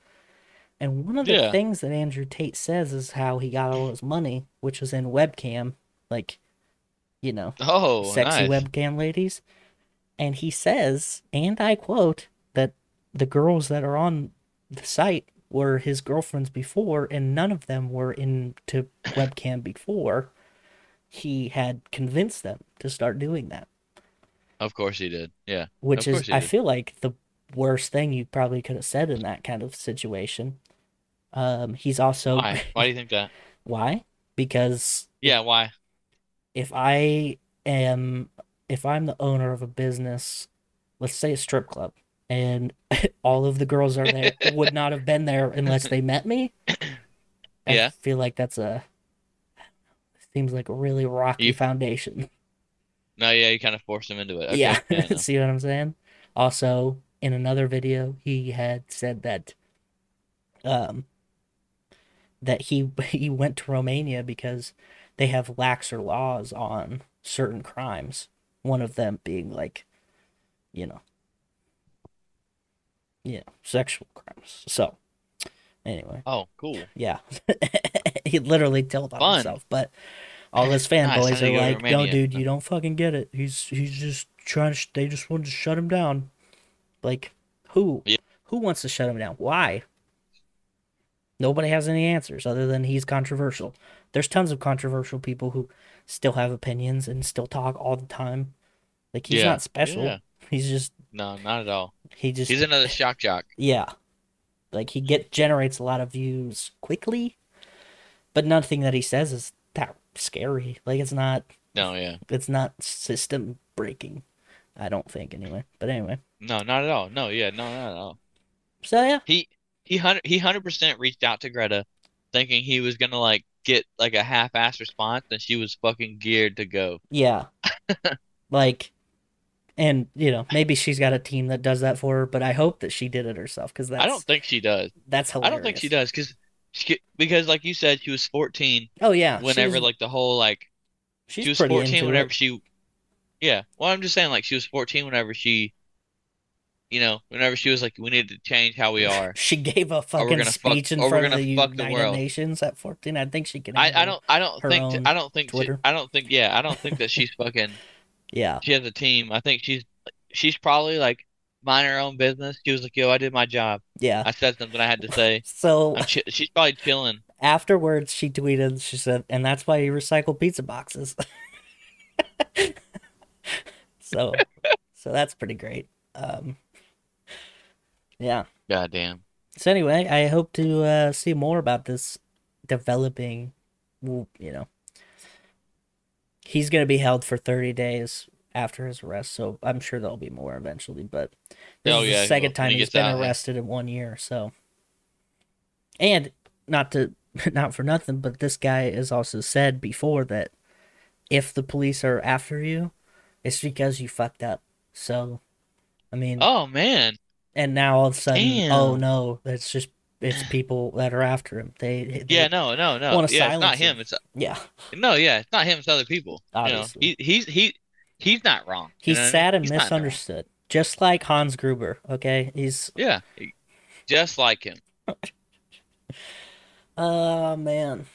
D: And one of the
E: Yeah.
D: things that Andrew Tate says is how he got all his money, which was in webcam, like, you know,
E: Oh,
D: sexy
E: nice.
D: webcam ladies. And he says, and I quote, that the girls that are on the site were his girlfriends before, and none of them were into webcam before. He had convinced them to start doing that
E: Of course he did. Yeah.
D: which
E: Of
D: is
E: course he
D: I
E: did.
D: feel like the worst thing you probably could have said in that kind of situation. Um, he's also
E: Why? Why do you think that?
D: Why? Because
E: Yeah, why?
D: if I am if I'm the owner of a business, let's say a strip club, and [laughs] all of the girls are
E: [laughs]
D: there would not have been there unless they met me. I
E: Yeah.
D: feel like that's a seems like a really rocky
E: You-
D: foundation.
E: No, yeah, you kind of forced him into it. Okay.
D: [laughs] Yeah,
E: I know.
D: see what I'm saying? Also, in another video, he had said that um that he [laughs] he went to Romania because they have laxer laws on certain crimes. One of them being like, you know, yeah, sexual crimes. So, anyway,
E: Oh, cool.
D: yeah, [laughs] he literally killed on
E: Fun.
D: himself, but all his
E: [laughs] Nice, I
D: fanboys
E: need to
D: are
E: go to
D: like, "No,
E: Romania."
D: dude, you don't fucking get it. He's he's just trying to. Sh- they just wanted to shut him down. Like, who?
E: Yeah.
D: Who wants to shut him down? Why? Nobody has any answers other than he's controversial. There's tons of controversial people who still have opinions and still talk all the time. Like he's
E: Yeah,
D: not special.
E: yeah.
D: He's just
E: No, not at all.
D: he just
E: He's another shock jock.
D: yeah. Like he get generates a lot of views quickly, but nothing that he says is that scary. Like it's not
E: No, yeah.
D: it's not system breaking. I don't think anyway. But anyway.
E: No, not at all. No, yeah, no, not at all.
D: So yeah.
E: He he hundred he hundred percent reached out to Greta, thinking he was gonna like get like a half-ass response, and she was fucking geared to go. [laughs]
D: Yeah. like and you know, maybe she's got a team that does that for her, but I hope that she did it herself cuz that's
E: I don't think she does.
D: that's hilarious.
E: I don't think she does because she, because like you said, she was fourteen
D: Oh yeah.
E: whenever
D: she's,
E: like the whole like
D: she's
E: she was
D: pretty
E: fourteen
D: into
E: whenever
D: it.
E: she. Yeah, well, I'm just saying like she was fourteen whenever she, you know, whenever she was like, we need to change
D: [laughs]
E: how we are.
D: She gave a fucking
E: Oh, gonna fuck-
D: speech in
E: or we're
D: front of
E: gonna
D: the
E: fuck the
D: United
E: world.
D: Nations at 14. I think she can.
E: I, I
D: handle-
E: don't I don't
D: her
E: think
D: own
E: I don't think she,
D: Twitter.
E: I don't think yeah I don't think that she's fucking
D: Yeah.
E: she has a team I think she's she's probably like mind her own business she was like yo I did my job
D: Yeah.
E: I said something I had to say
D: So
E: I'm chi- she's probably chilling
D: afterwards, she tweeted, she said, and that's why you recycle pizza boxes. [laughs] so, so that's pretty great. Um, yeah.
E: goddamn
D: So anyway, I hope to uh, see more about this developing. w- You know, he's gonna be held for thirty days after his arrest, so I'm sure there'll be more eventually. But this
E: Oh,
D: is
E: yeah,
D: the
E: he will,
D: second
E: when
D: time
E: he
D: he's
E: gets
D: been
E: out, yeah.
D: arrested in one year. So, and not to [laughs] not for nothing, but this guy has also said before that if the police are after you, it's because you fucked up. So, I mean,
E: oh man
D: and now all of a sudden, oh
E: Damn.
D: no, that's just it's people that are after him. They, they
E: yeah no no no
D: Wanna
E: yeah it's not
D: silence
E: him
D: him.
E: it's
D: yeah.
E: no yeah it's not him it's other people you know
D: Obviously.
E: he he's he he's not wrong you
D: He's
E: know what I mean?
D: sad and
E: He's not wrong.
D: misunderstood, just like Hans Gruber. Okay, he's
E: yeah he- just like him
D: oh man.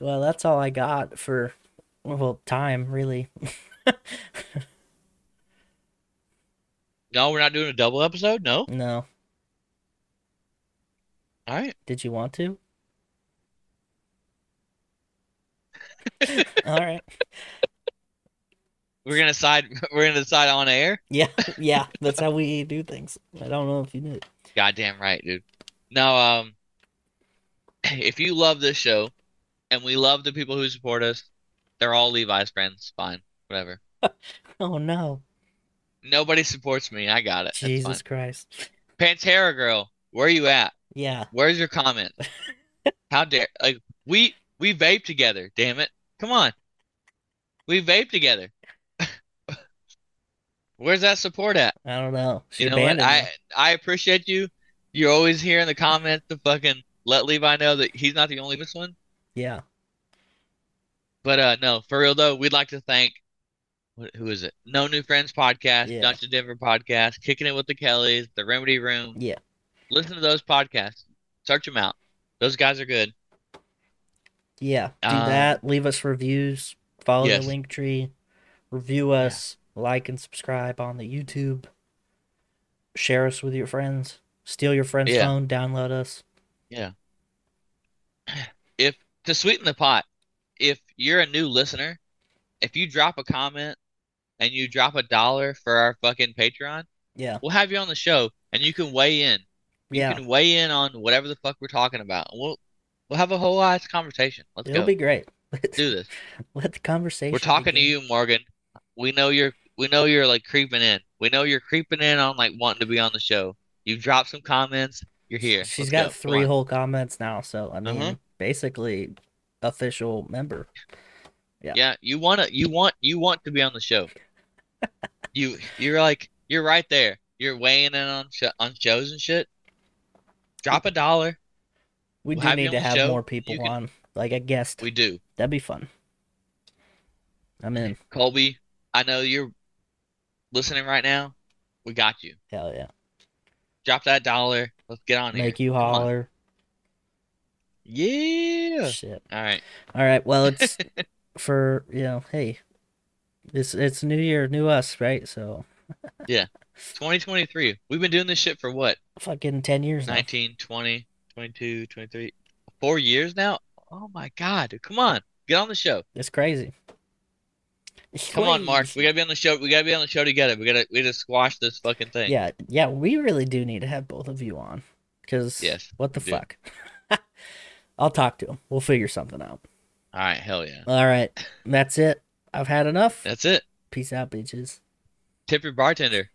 D: Well, that's all I got for well time really.
E: no we're not doing a double episode no
D: No,
E: all right
D: did you want
E: [laughs]
D: to? all right.
E: we're gonna decide [laughs] we're gonna decide on air
D: Yeah, yeah. That's how we do things. I don't know if you knew.
E: Goddamn right, dude. Now, um, [clears throat] if you love this show, and we love the people who support us, they're all Levi's friends. Fine, whatever.
D: Oh no.
E: Nobody supports me. I got it. That's
D: Jesus Christ.
E: fine. Pantera girl, where you at?
D: Yeah.
E: Where's your comment? How dare like we we vape together, damn it. Come on. We vape together. [laughs] Where's that support at?
D: I don't know. She
E: You know what?
D: abandoned me.
E: I I appreciate you. You're always here in the comments to fucking let Levi know that he's not the only this one.
D: Yeah.
E: But uh no, for real though, we'd like to thank wh- who is it? No New Friends podcast,
D: Yeah.
E: Dr. Denver podcast, Kicking It with the Kellys, The Remedy Room.
D: Yeah.
E: Listen to those podcasts. Search them out. Those guys are good.
D: Yeah. Do
E: Um,
D: that. Leave us reviews. Follow
E: yes.
D: the link tree. Review us. Like and subscribe on the YouTube. Share us with your friends. Steal your friend's
E: Yeah.
D: phone. Download us.
E: If to sweeten the pot, if you're a new listener, if you drop a comment and you drop a dollar for our fucking Patreon,
D: Yeah.
E: we'll have you on the show and you can weigh in. You
D: Yeah.
E: can weigh in on whatever the fuck we're talking about. We'll we'll have a whole ass conversation. Let's
D: It'll
E: go.
D: be great. [laughs]
E: do this.
D: Let the conversation.
E: We're talking to
D: begin.
E: you, Morgan. We know you're we know you're like creeping in. We know you're creeping in on like wanting to be on the show. You've dropped some comments. You're here.
D: She's
E: Let's
D: got
E: go. Come
D: three
E: on.
D: whole comments now, so I mean,
E: Uh-huh.
D: basically, official member. yeah.
E: Yeah, you wanna you want you want to be on
D: [laughs]
E: the show. you you're like you're right there. You're weighing in on sh- on shows and shit. Drop a dollar.
D: We
E: We'll
D: do
E: have you
D: need
E: on
D: to
E: the
D: have
E: show.
D: more people
E: You can-
D: on, like a guest.
E: We do.
D: That'd be fun. I'm in.
E: Colby, I know you're listening right now. We got you.
D: Hell yeah.
E: Drop that dollar. Let's get on here.
D: Make you
E: Come on.
D: holler.
E: Yeah.
D: Shit.
E: All right.
D: All right. Well, it's
E: [laughs]
D: for you know. Hey, it's it's new year, new us, right? So
E: 2023. We've been doing this shit for what?
D: fucking ten years now.
E: 19, 20, 22, 23, four years now? Oh my God. dude, Come on. Get on the show.
D: It's crazy.
E: Come on, Mark.
D: Crazy.
E: We gotta be on the show. We gotta be on the show together. We gotta we gotta squash this fucking thing.
D: Yeah, yeah. We really do need to have both of you on, because
E: Yes,
D: what the
E: we do.
D: fuck. [laughs] I'll talk to him. We'll figure something out.
E: All right. Hell yeah.
D: All
E: [laughs]
D: right, that's it. I've had enough.
E: That's it.
D: Peace out, bitches.
E: Tip your bartender.